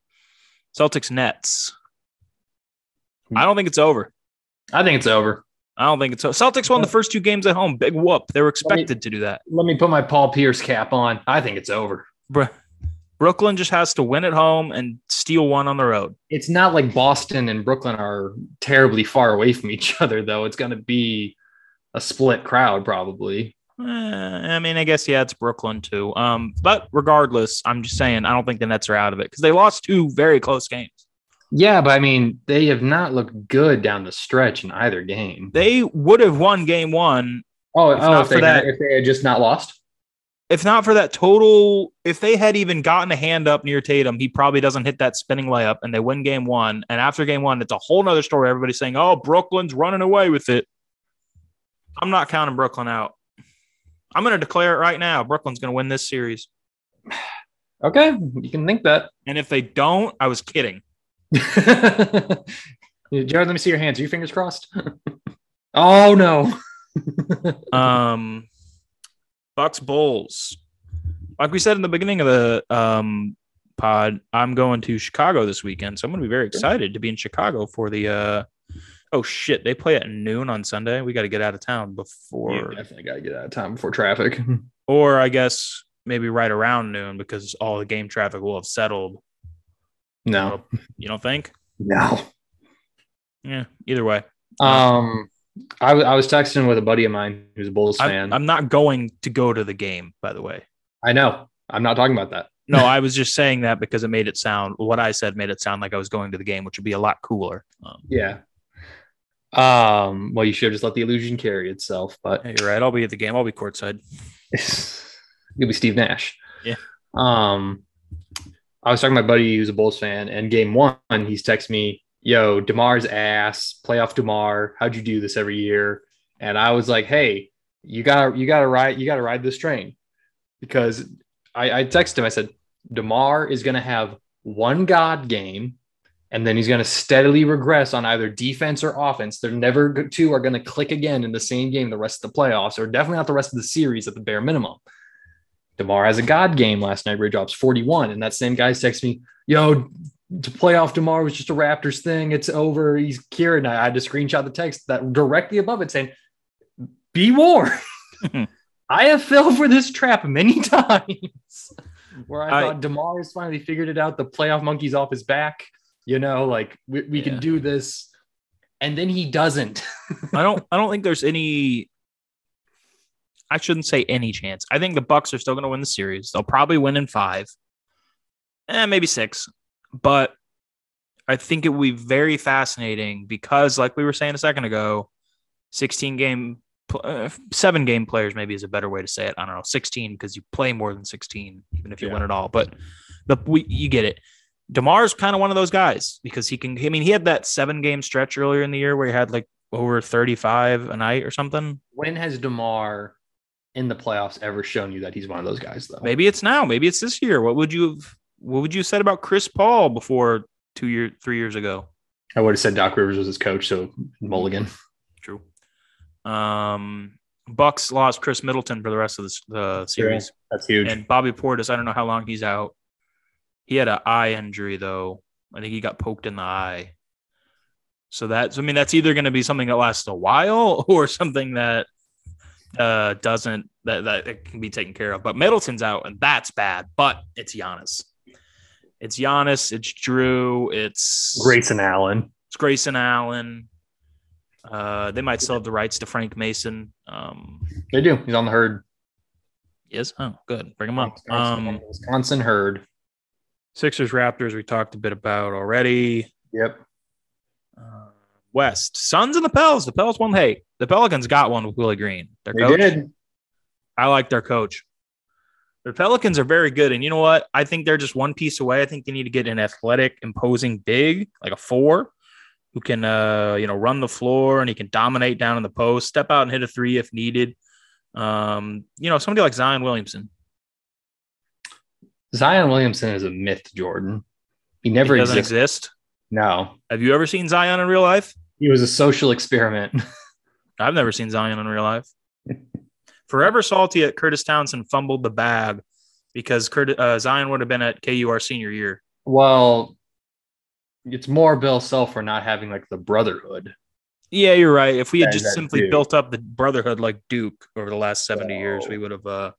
[SPEAKER 1] Celtics Nets. I don't think it's over.
[SPEAKER 2] I think it's over.
[SPEAKER 1] I don't think it's over. Celtics won the first two games at home. Big whoop. They were expected to do that.
[SPEAKER 2] Let me put my Paul Pierce cap on. I think it's over.
[SPEAKER 1] Bru- Brooklyn just has to win at home and steal one on the road.
[SPEAKER 2] It's not like Boston and Brooklyn are terribly far away from each other, though. It's going to be a split crowd, probably.
[SPEAKER 1] Eh, I mean, I guess yeah, it's Brooklyn too. Um, but regardless, I'm just saying I don't think the Nets are out of it because they lost two very close games.
[SPEAKER 2] Yeah, but I mean, they have not looked good down the stretch in either game.
[SPEAKER 1] They would have won Game One
[SPEAKER 2] Oh,
[SPEAKER 1] If
[SPEAKER 2] oh
[SPEAKER 1] not
[SPEAKER 2] if, they
[SPEAKER 1] for
[SPEAKER 2] had,
[SPEAKER 1] that-
[SPEAKER 2] if they had just not lost.
[SPEAKER 1] if not for that total. If they had even gotten a hand up near Tatum, he probably doesn't hit that spinning layup, and they win Game One. And after Game One, it's a whole nother story. Everybody's saying, "Oh, Brooklyn's running away with it." I'm not counting Brooklyn out. I'm going to declare it right now. Brooklyn's going to win this series.
[SPEAKER 2] Okay, you can think that.
[SPEAKER 1] And if they don't, I was kidding.
[SPEAKER 2] Jared, let me see your hands. Are your fingers crossed? oh no.
[SPEAKER 1] Um, Bucks Bulls. Like we said in the beginning of the um, pod, I'm going to Chicago this weekend, so I'm going to be very excited to be in Chicago for the. Uh, oh shit! They play at noon on Sunday. We got to get out of town before,
[SPEAKER 2] you definitely gotta get out of time before traffic.
[SPEAKER 1] or I guess maybe right around noon because all the game traffic will have settled.
[SPEAKER 2] No.
[SPEAKER 1] You don't think?
[SPEAKER 2] No.
[SPEAKER 1] Yeah. Either way,
[SPEAKER 2] Um I, w- I was texting with a buddy of mine who's a Bulls fan.
[SPEAKER 1] I'm, I'm not going to go to the game. By the way,
[SPEAKER 2] I know. I'm not talking about that.
[SPEAKER 1] No, I was just saying that because it made it sound what I said made it sound like I was going to the game, which would be a lot cooler. Um,
[SPEAKER 2] Yeah. Um, well, you should have just let the illusion carry itself, but
[SPEAKER 1] yeah, you're right. I'll be at the game. I'll be courtside.
[SPEAKER 2] You'll be Steve Nash.
[SPEAKER 1] Yeah.
[SPEAKER 2] Um, I was talking to my buddy who's a Bulls fan, and game one, he's texted me, "Yo, Demar's ass, playoff Demar. How'd you do this every year?" And I was like, "Hey, you got to you got to ride you got to ride this train," because I, I texted him. I said, "Demar is going to have one god game." And then he's going to steadily regress on either defense or offense. They're never go- two are going to click again in the same game the rest of the playoffs, or definitely not the rest of the series at the bare minimum. DeMar has a God game last night where he drops 41. And that same guy texts me, yo, to play off DeMar was just a Raptors thing. It's over. He's cured. And I I had to screenshot the text that directly above it saying, be warned. I have fell for this trap many times where I,
[SPEAKER 1] I-
[SPEAKER 2] thought DeMar has finally figured it out. The playoff monkey's off his back. You know, like we, we
[SPEAKER 1] Yeah.
[SPEAKER 2] can do this. And then he doesn't.
[SPEAKER 1] I don't. I don't think there's any. I shouldn't say any chance. I think the Bucks are still going to win the series. They'll probably win in five, eh, maybe six. But I think it will be very fascinating because, like we were saying a second ago, sixteen game, pl- uh, seven game players maybe is a better way to say it. I don't know, sixteen because you play more than sixteen, even if you
[SPEAKER 2] Yeah.
[SPEAKER 1] win it all. But the we, you get it. Demar's kind of one of those guys because he can. I mean, he had that seven game stretch earlier in the year where he had like over 35 a night or something.
[SPEAKER 2] When has DeMar in the playoffs ever shown you that he's one of those guys, though?
[SPEAKER 1] Maybe it's now. Maybe it's this year. What would you have? What would you have said about Chris Paul before two year, three years ago?
[SPEAKER 2] I would have said Doc Rivers was his coach, so Mulligan.
[SPEAKER 1] True. Um, Bucks lost Chris Middleton for the rest of this the series,
[SPEAKER 2] That's huge.
[SPEAKER 1] and Bobby Portis. I don't know how long he's out. He had an eye injury though. I think he got poked in the eye. So that's. I mean, that's either going to be something that lasts a while or something that uh doesn't that that it can be taken care of. But Middleton's out, and that's bad. But it's Giannis. It's Giannis. It's Drew. It's
[SPEAKER 2] Grayson Allen.
[SPEAKER 1] it's Grayson Allen. Uh, they might still have the rights to Frank Mason. Um,
[SPEAKER 2] They do. He's on the herd.
[SPEAKER 1] yes, oh, good, bring him up. Um,
[SPEAKER 2] Wisconsin herd.
[SPEAKER 1] Sixers Raptors. We talked a bit about already.
[SPEAKER 2] Yep.
[SPEAKER 1] Uh, West Suns and the Pels. The Pels won. Hey, the Pelicans got one with Willie Green. Their coach.
[SPEAKER 2] did.
[SPEAKER 1] I like their coach. The Pelicans are very good, and you know what? I think they're just one piece away. I think they need to get an athletic, imposing big, like a four, who can uh, you know run the floor and he can dominate down in the post, step out and hit a three if needed. Um, you know, somebody like Zion Williamson.
[SPEAKER 2] Zion Williamson is a myth, Jordan. He never
[SPEAKER 1] he doesn't
[SPEAKER 2] existed.
[SPEAKER 1] exist.
[SPEAKER 2] No,
[SPEAKER 1] Have you ever seen Zion in real life?
[SPEAKER 2] he was a social experiment.
[SPEAKER 1] I've never seen Zion in real life. Forever salty at Curtis Townsend fumbled the bag because Curtis, uh, Zion would have been at KU our senior year.
[SPEAKER 2] well, it's more Bill Self for not having like the brotherhood.
[SPEAKER 1] Yeah, you're right. If we had
[SPEAKER 2] Yeah,
[SPEAKER 1] just
[SPEAKER 2] that's
[SPEAKER 1] simply
[SPEAKER 2] Duke.
[SPEAKER 1] built up the brotherhood like Duke over the last 70 years,
[SPEAKER 2] So-
[SPEAKER 1] we would have uh,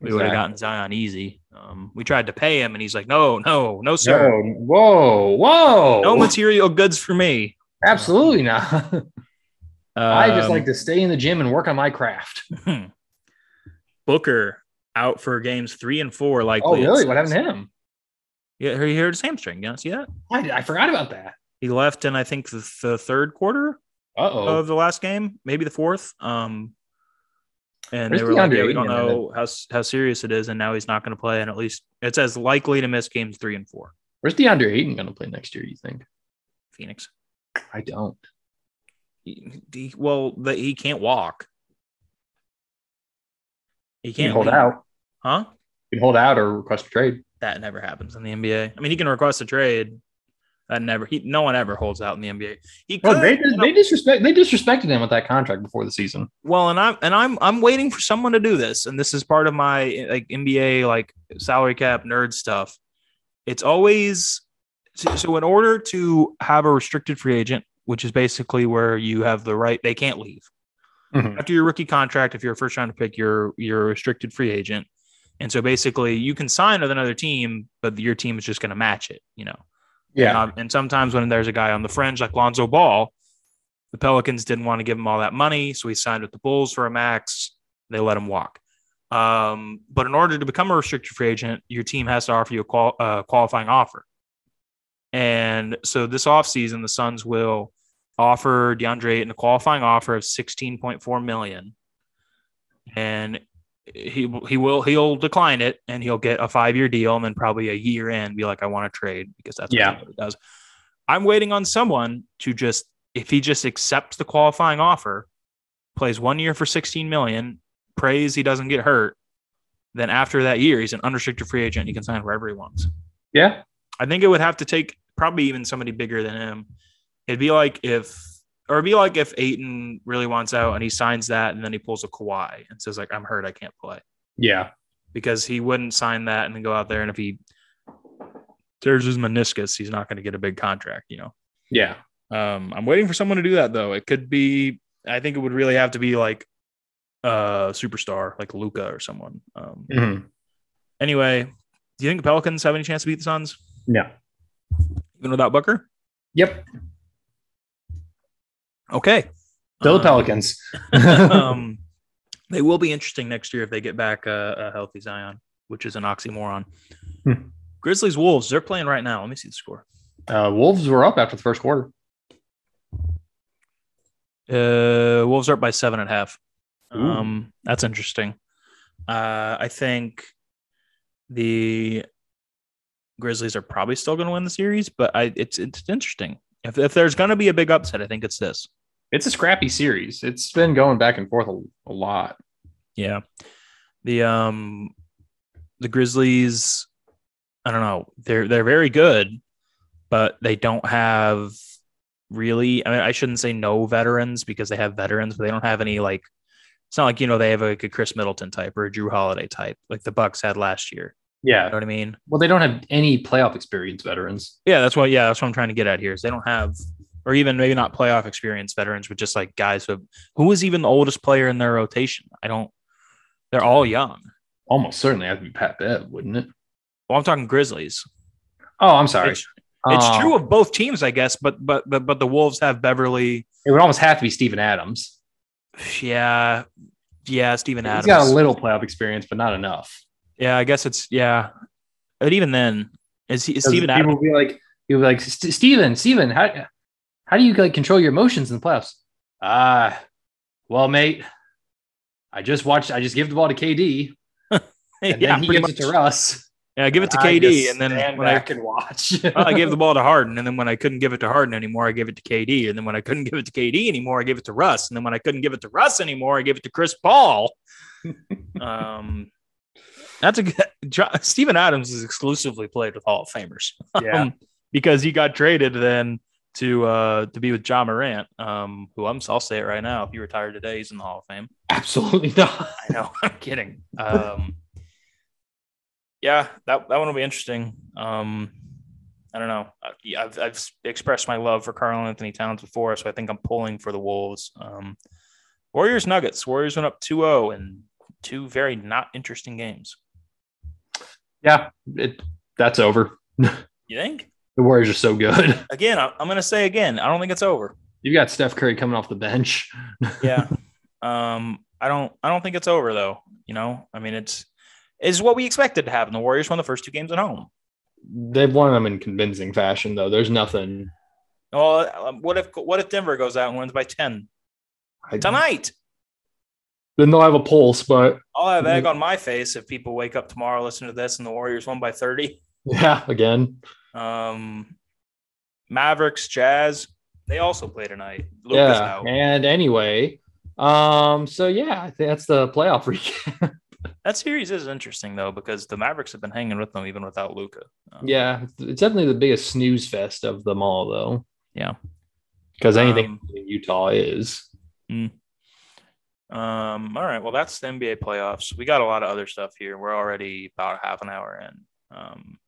[SPEAKER 1] we would have
[SPEAKER 2] Exactly.
[SPEAKER 1] gotten Zion easy. Um, we tried to pay him, and he's like, "No, no, no, sir,
[SPEAKER 2] No, whoa, whoa!
[SPEAKER 1] no, material goods for me."
[SPEAKER 2] Absolutely not. I just
[SPEAKER 1] Um,
[SPEAKER 2] like to stay in the gym and work on my craft.
[SPEAKER 1] hmm. Booker out for games three and four. Likely.
[SPEAKER 2] Oh, really? What happened to him?
[SPEAKER 1] Yeah, he hurt his hamstring. You don't see that?
[SPEAKER 2] I, I forgot about that.
[SPEAKER 1] He left in I think the, the third quarter
[SPEAKER 2] Uh oh.
[SPEAKER 1] of the last game, maybe the fourth. Um, and
[SPEAKER 2] Where's
[SPEAKER 1] they were like,
[SPEAKER 2] DeAndre
[SPEAKER 1] yeah, we don't
[SPEAKER 2] Ayton in
[SPEAKER 1] know how s- how serious it is, and now he's not going to play, and at least it's as likely to miss games three and four.
[SPEAKER 2] Where's DeAndre Ayton going to play next year? You think?
[SPEAKER 1] Phoenix.
[SPEAKER 2] I don't.
[SPEAKER 1] He- he- well, the, he can't walk. He
[SPEAKER 2] He
[SPEAKER 1] can't
[SPEAKER 2] can hold
[SPEAKER 1] lead.
[SPEAKER 2] out.
[SPEAKER 1] huh?
[SPEAKER 2] He can hold out or request a trade.
[SPEAKER 1] that never happens in the NBA. I mean, he can request a trade. That never he no one ever holds out in the NBA. He could,
[SPEAKER 2] Oh, they,
[SPEAKER 1] you know.
[SPEAKER 2] they disrespect. They disrespected him with that contract before the season.
[SPEAKER 1] well, and I'm and I'm I'm waiting for someone to do this, and this is part of my like NBA like salary cap nerd stuff. It's always so, so in order to have a restricted free agent, which is basically where you have the right they can't leave. after your rookie contract, if you're a first round pick, you're you're a restricted free agent, and so basically you can sign with another team, but your team is just going to match it, you know.
[SPEAKER 2] Yeah.
[SPEAKER 1] Um, and sometimes when there's a guy on the fringe like Lonzo Ball, the Pelicans didn't want to give him all that money, so he signed with the Bulls for a max. They let him walk. Um, but in order to become a restricted free agent, your team has to offer you a qual- uh, qualifying offer. And so this offseason, the Suns will offer DeAndre Ayton a qualifying offer of 16.4 million. And he he will he'll decline it and he'll get a five year deal and then probably a year in be like I want to trade because that's
[SPEAKER 2] Yeah.
[SPEAKER 1] what he does. I'm waiting on someone to just if he just accepts the qualifying offer, plays one year for 16 million, prays he doesn't get hurt, then after that year he's an unrestricted free agent. He can sign wherever he wants.
[SPEAKER 2] Yeah.
[SPEAKER 1] I think it would have to take probably even somebody bigger than him. It'd be like if, or it'd be like if Aiton really wants out and he signs that and then he pulls a Kawhi and says like, "I'm hurt, I can't play,"
[SPEAKER 2] Yeah.
[SPEAKER 1] because he wouldn't sign that and then go out there and if he tears his meniscus, he's not going to get a big contract. You know.
[SPEAKER 2] Yeah.
[SPEAKER 1] Um, I'm waiting for someone to do that though. It could be. I think it would really have to be like a superstar, like Luca or someone. Um,
[SPEAKER 2] Mhm.
[SPEAKER 1] Anyway, do you think the Pelicans have any chance to beat the Suns
[SPEAKER 2] No.
[SPEAKER 1] even without Booker?
[SPEAKER 2] Yep.
[SPEAKER 1] Okay.
[SPEAKER 2] Still the
[SPEAKER 1] Um,
[SPEAKER 2] Pelicans.
[SPEAKER 1] um, they will be interesting next year if they get back a, a healthy Zion, which is an oxymoron.
[SPEAKER 2] Hmm.
[SPEAKER 1] Grizzlies, Wolves, they're playing right now. Let me see the score.
[SPEAKER 2] uh, Wolves were up after the first quarter.
[SPEAKER 1] Uh, Wolves are up by seven and a half.
[SPEAKER 2] Ooh.
[SPEAKER 1] Um, that's interesting. Uh, I think the Grizzlies are probably still going to win the series, but I it's it's interesting. If if there's going to be a big upset, I think it's this.
[SPEAKER 2] It's a scrappy series. It's been going back and forth a, a lot.
[SPEAKER 1] Yeah. The um the Grizzlies, I don't know, they're they're very good, but they don't have really I mean I shouldn't say no veterans because they have veterans, but they don't have any like it's not like you know they have like a Chris Middleton type or a Drew Holiday type like the Bucks had last year. You
[SPEAKER 2] Yeah.
[SPEAKER 1] know what I mean?
[SPEAKER 2] Uh, Well, they don't have any playoff experience veterans.
[SPEAKER 1] Yeah, that's what yeah, that's what I'm trying to get at here is they don't have or even maybe not playoff experience veterans, but just like guys who have, who is even the oldest player in their rotation. I don't they're all young.
[SPEAKER 2] Almost certainly have to be Pat Bev, wouldn't it?
[SPEAKER 1] Well, I'm talking Grizzlies.
[SPEAKER 2] Oh, I'm sorry.
[SPEAKER 1] It's, it's
[SPEAKER 2] Uh,
[SPEAKER 1] true of both teams, I guess, but but but but the Wolves have Beverly.
[SPEAKER 2] It would almost have to be Steven Adams.
[SPEAKER 1] Yeah. Yeah, Steven Adams.
[SPEAKER 2] He's got a little playoff experience, but not enough.
[SPEAKER 1] yeah, I guess it's yeah. But even then, is he is Steven
[SPEAKER 2] people
[SPEAKER 1] Adams
[SPEAKER 2] will be like, people will be like, "Ste- Steven, Steven, how how do you like control your emotions in the playoffs? Ah, well, mate, I just watched. I just give the ball to KD, and
[SPEAKER 1] yeah,
[SPEAKER 2] then
[SPEAKER 1] pretty
[SPEAKER 2] he gives
[SPEAKER 1] much.
[SPEAKER 2] it to Russ.
[SPEAKER 1] Yeah, I give it to
[SPEAKER 2] I
[SPEAKER 1] KD,
[SPEAKER 2] just
[SPEAKER 1] and then
[SPEAKER 2] stand
[SPEAKER 1] when I,
[SPEAKER 2] back and watch.
[SPEAKER 1] I gave the ball to Harden, and then when I couldn't give it to Harden anymore, I gave it to KD, and then when I couldn't give it to KD anymore, I gave it to Russ, and then when I couldn't give it to Russ anymore, I gave it to Chris Paul. um, that's a good. Jo- Steven Adams is exclusively played with Hall of Famers
[SPEAKER 2] yeah,
[SPEAKER 1] Um, because he got traded then to uh to be with John Morant, um, who I'm I'll say it right now. If he retired today, he's in the Hall of Fame.
[SPEAKER 2] absolutely not.
[SPEAKER 1] I know. I'm kidding. Um, yeah, that, that one will be interesting. Um, I don't know. I- yeah, I've, I've expressed my love for Carl Anthony Towns before, so I think I'm pulling for the Wolves. Um, Warriors Nuggets. Warriors went up 2 0 in two very not interesting games.
[SPEAKER 2] Yeah, it, that's over.
[SPEAKER 1] You think?
[SPEAKER 2] The Warriors are so good.
[SPEAKER 1] Again, I, I'm going to say again, I don't think it's over.
[SPEAKER 2] You got Steph Curry coming off the bench.
[SPEAKER 1] yeah um i don't i don't think it's over though you know i mean it's is what we expected to happen the warriors won the first two games at home
[SPEAKER 2] They've won them in convincing fashion, though. There's nothing.
[SPEAKER 1] well um, what if what if denver goes out and wins by 10
[SPEAKER 2] I,
[SPEAKER 1] tonight
[SPEAKER 2] then they'll have a pulse, but
[SPEAKER 1] i'll have egg on my face if people wake up tomorrow listen to this and the warriors won by 30
[SPEAKER 2] yeah, again,
[SPEAKER 1] um mavericks jazz they also play tonight Luka's
[SPEAKER 2] yeah.
[SPEAKER 1] out.
[SPEAKER 2] And anyway, um, so yeah, I think that's the playoff recap.
[SPEAKER 1] that series is interesting though because the mavericks have been hanging with them even without Um, luca
[SPEAKER 2] yeah, it's definitely the biggest snooze fest of them all, though.
[SPEAKER 1] Yeah.
[SPEAKER 2] because anything
[SPEAKER 1] Um,
[SPEAKER 2] in Utah is.
[SPEAKER 1] Um, all right. Well, that's the NBA playoffs. We got a lot of other stuff here. We're already about half an hour in. Um,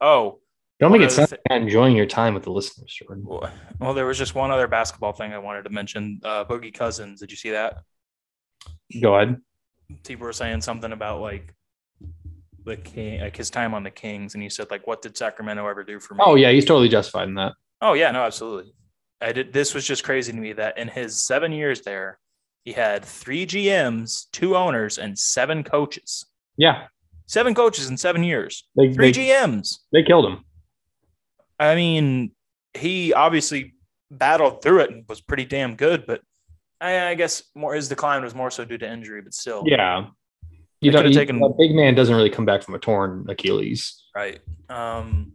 [SPEAKER 1] oh,
[SPEAKER 2] Don't
[SPEAKER 1] One
[SPEAKER 2] make it
[SPEAKER 1] other
[SPEAKER 2] sound like I'm enjoying your time with the listeners, Jordan.
[SPEAKER 1] w- well, there was just one other basketball thing I wanted to mention. Uh, Boogie Cousins. Did you see that?
[SPEAKER 2] Go ahead.
[SPEAKER 1] People were saying something about like the king, like his time on the Kings, and he said like, "What did Sacramento ever do for me?"
[SPEAKER 2] Oh yeah, he's totally justified in that.
[SPEAKER 1] Oh yeah, no, absolutely. I did. This was just crazy to me that in his seven years there, he had three GMs, two owners, and seven coaches.
[SPEAKER 2] Yeah,
[SPEAKER 1] Seven coaches in seven years.
[SPEAKER 2] they
[SPEAKER 1] Three
[SPEAKER 2] they,
[SPEAKER 1] GMs.
[SPEAKER 2] they killed him.
[SPEAKER 1] I mean, he obviously battled through it and was pretty damn good, but I, I guess more his decline was more so due to injury, but still,
[SPEAKER 2] Yeah, you don't.
[SPEAKER 1] could've
[SPEAKER 2] You,
[SPEAKER 1] taken-
[SPEAKER 2] a big man doesn't really come back from a torn Achilles.
[SPEAKER 1] right. Um,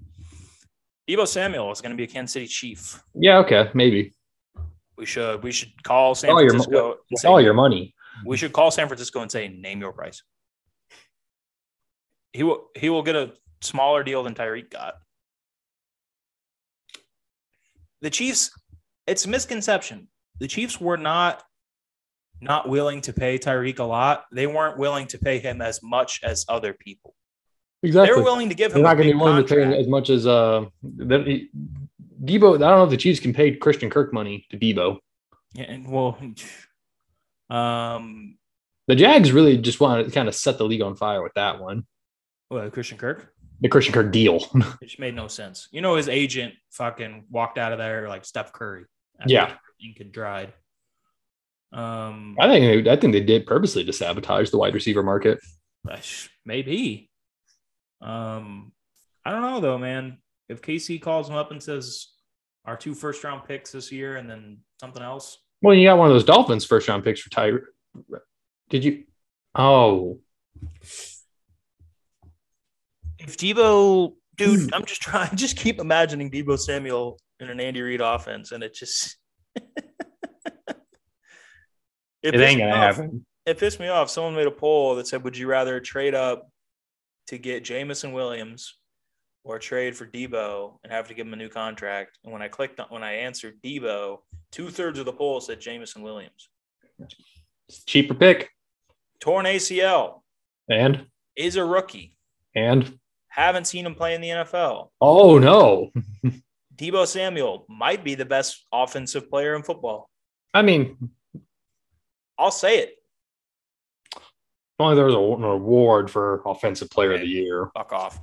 [SPEAKER 1] Debo Samuel is going to be a Kansas City Chief.
[SPEAKER 2] Yeah, okay, maybe.
[SPEAKER 1] We should we should call San
[SPEAKER 2] All your Oh, mo-
[SPEAKER 1] Francisco. and
[SPEAKER 2] With
[SPEAKER 1] say-
[SPEAKER 2] all your money.
[SPEAKER 1] we should call San Francisco and say name your price. He will he will get a smaller deal than Tyreek got. The Chiefs, it's a misconception. The Chiefs were not not willing to pay Tyreek a lot. They weren't willing to pay him as much as other people.
[SPEAKER 2] Exactly.
[SPEAKER 1] They were willing to give
[SPEAKER 2] They're
[SPEAKER 1] him.
[SPEAKER 2] not
[SPEAKER 1] a
[SPEAKER 2] going to
[SPEAKER 1] big
[SPEAKER 2] be willing to pay
[SPEAKER 1] contract.
[SPEAKER 2] as much as uh, that, Debo. I don't know if the Chiefs can pay Christian Kirk money to Debo.
[SPEAKER 1] Yeah, and well, um,
[SPEAKER 2] The Jags really just want to kind of set the league on fire with that one.
[SPEAKER 1] well, Christian Kirk.
[SPEAKER 2] The Christian Kirk deal.
[SPEAKER 1] It just made no sense. You know, his agent fucking walked out of there like Steph Curry. after
[SPEAKER 2] Yeah.
[SPEAKER 1] ink had dried. Um,
[SPEAKER 2] I think. I think they did purposely to sabotage the wide receiver market.
[SPEAKER 1] I sh- maybe. Um, I don't know though, man. If KC calls him up and says our two first round picks this year and then something else,
[SPEAKER 2] Well, you got one of those Dolphins first round picks for Ty. Did you? Oh,
[SPEAKER 1] if Debo,
[SPEAKER 2] Hmm.
[SPEAKER 1] dude, I'm just trying, just keep imagining Debo Samuel in an Andy Reid offense, and it just
[SPEAKER 2] it ain't gonna happen.
[SPEAKER 1] it pissed me off. Someone made a poll that said, "Would you rather trade up to get Jamison Williams or trade for Debo and have to give him a new contract?" And when I clicked on, when I answered Debo, two thirds of the poll said Jamison Williams.
[SPEAKER 2] It's a cheaper pick,
[SPEAKER 1] Torn ACL
[SPEAKER 2] and
[SPEAKER 1] is a rookie.
[SPEAKER 2] and
[SPEAKER 1] Haven't seen him play in the NFL.
[SPEAKER 2] oh no.
[SPEAKER 1] Debo Samuel might be the best offensive player in football.
[SPEAKER 2] I mean,
[SPEAKER 1] I'll say it.
[SPEAKER 2] if only there was a, an award for offensive player of the year.
[SPEAKER 1] Fuck off.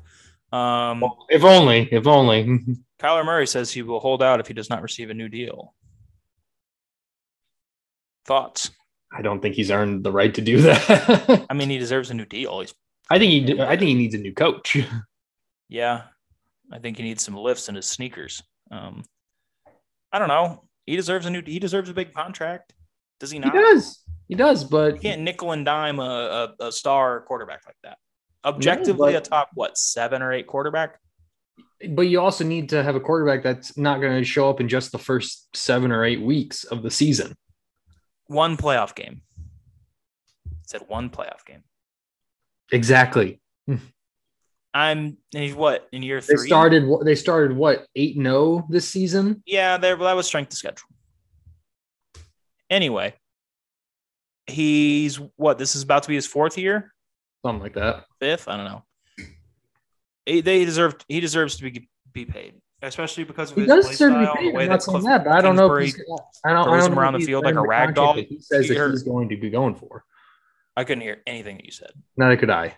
[SPEAKER 1] Um,
[SPEAKER 2] Well, If only, if only.
[SPEAKER 1] Kyler Murray says he will hold out if he does not receive a new deal. Thoughts?
[SPEAKER 2] I don't think he's earned the right to do that.
[SPEAKER 1] I mean, he deserves a new deal. He's,
[SPEAKER 2] I think he. d- I think he needs a new coach.
[SPEAKER 1] yeah, I think he needs some lifts in his sneakers. Um, I don't know. He deserves a new. He deserves a big contract. Does he
[SPEAKER 2] He
[SPEAKER 1] not?
[SPEAKER 2] does. He does,
[SPEAKER 1] You
[SPEAKER 2] but
[SPEAKER 1] can't nickel and dime a, a, a star quarterback like that. Objectively,
[SPEAKER 2] No,
[SPEAKER 1] a top what seven or eight quarterback.
[SPEAKER 2] But you also need to have a quarterback that's not going to show up in just the first seven or eight weeks of the season.
[SPEAKER 1] One playoff game. Said one playoff game.
[SPEAKER 2] Exactly.
[SPEAKER 1] I'm he's what in year
[SPEAKER 2] They
[SPEAKER 1] three.
[SPEAKER 2] started. They started what eight and zero this season.
[SPEAKER 1] Yeah, there that was strength of schedule. Anyway, he's what this is about to be his fourth year,
[SPEAKER 2] Something like that.
[SPEAKER 1] fifth. I don't know. He, they deserve he deserves to be be paid, especially because of
[SPEAKER 2] He
[SPEAKER 1] his
[SPEAKER 2] does
[SPEAKER 1] play
[SPEAKER 2] deserve to
[SPEAKER 1] style,
[SPEAKER 2] be
[SPEAKER 1] the
[SPEAKER 2] paid.
[SPEAKER 1] way
[SPEAKER 2] I'm
[SPEAKER 1] that
[SPEAKER 2] not saying
[SPEAKER 1] Cliff
[SPEAKER 2] that, but I don't know. If he's, I don't. I
[SPEAKER 1] throws
[SPEAKER 2] don't
[SPEAKER 1] him
[SPEAKER 2] know
[SPEAKER 1] around the
[SPEAKER 2] if he's
[SPEAKER 1] field like a
[SPEAKER 2] under
[SPEAKER 1] rag
[SPEAKER 2] contract
[SPEAKER 1] doll.
[SPEAKER 2] that He says
[SPEAKER 1] He
[SPEAKER 2] that
[SPEAKER 1] heard-
[SPEAKER 2] he's going to be going for.
[SPEAKER 1] I couldn't hear anything that you said.
[SPEAKER 2] Neither could I.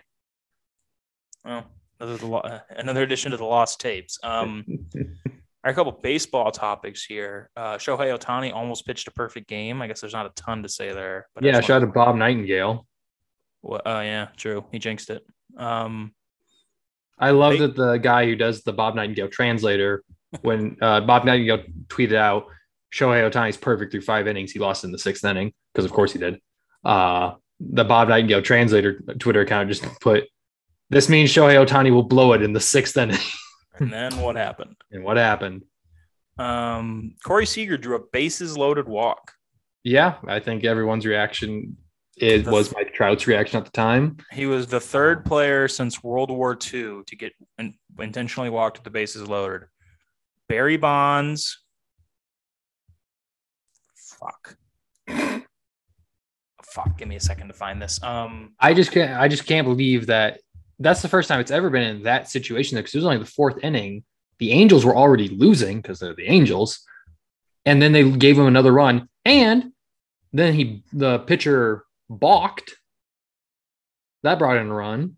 [SPEAKER 1] Well, another, the lo- uh, another addition to the lost tapes. Um, our couple baseball topics here. Uh, Shohei Otani almost pitched a perfect game. I guess there's not a ton to say there. But I
[SPEAKER 2] yeah,
[SPEAKER 1] just
[SPEAKER 2] shout
[SPEAKER 1] wanted-
[SPEAKER 2] out to Bob Nightingale.
[SPEAKER 1] Well, oh yeah, true. He jinxed it. Um,
[SPEAKER 2] I love
[SPEAKER 1] They-
[SPEAKER 2] that the guy who does the Bob Nightingale translator, when uh, Bob Nightingale tweeted out, Shohei Otani's perfect through five innings. He lost in the sixth inning because, of course, he did. Uh, the Bob Nightingale translator uh, Twitter account just put, This means Shohei Otani will blow it in the sixth inning.
[SPEAKER 1] and then what happened?
[SPEAKER 2] and what happened?
[SPEAKER 1] Um, Corey Seager drew a bases loaded walk.
[SPEAKER 2] Yeah, I think everyone's reaction it
[SPEAKER 1] The-
[SPEAKER 2] was Mike Trout's reaction at the time.
[SPEAKER 1] He was the third player since World War II to get in- intentionally walked with the bases loaded. Barry Bonds. Fuck. Fuck. Give me a second to find this. Um,
[SPEAKER 2] I just can't. I just can't believe that. That's the first time it's ever been in that situation. Because it was only the fourth inning. The Angels were already losing because they're the Angels, and then they gave him another run, and then he the pitcher balked. That brought in a run,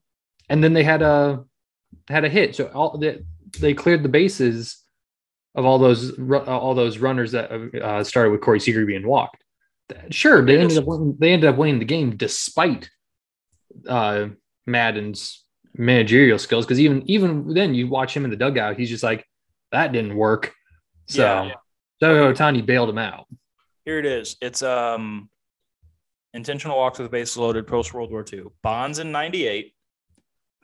[SPEAKER 2] and then they had a had a hit. So all they, they cleared the bases of all those ru- all those runners that uh, started with Corey Seager being walked. Sure, they ended up winning, they ended up winning the game despite uh, Madden's managerial skills because even even then you watch him in the dugout, he's just like that didn't work. So
[SPEAKER 1] Yeah, yeah.
[SPEAKER 2] Shohei Otani bailed him out.
[SPEAKER 1] here it is. It's um, intentional walks with the bases loaded post World War II. Bonds in 98,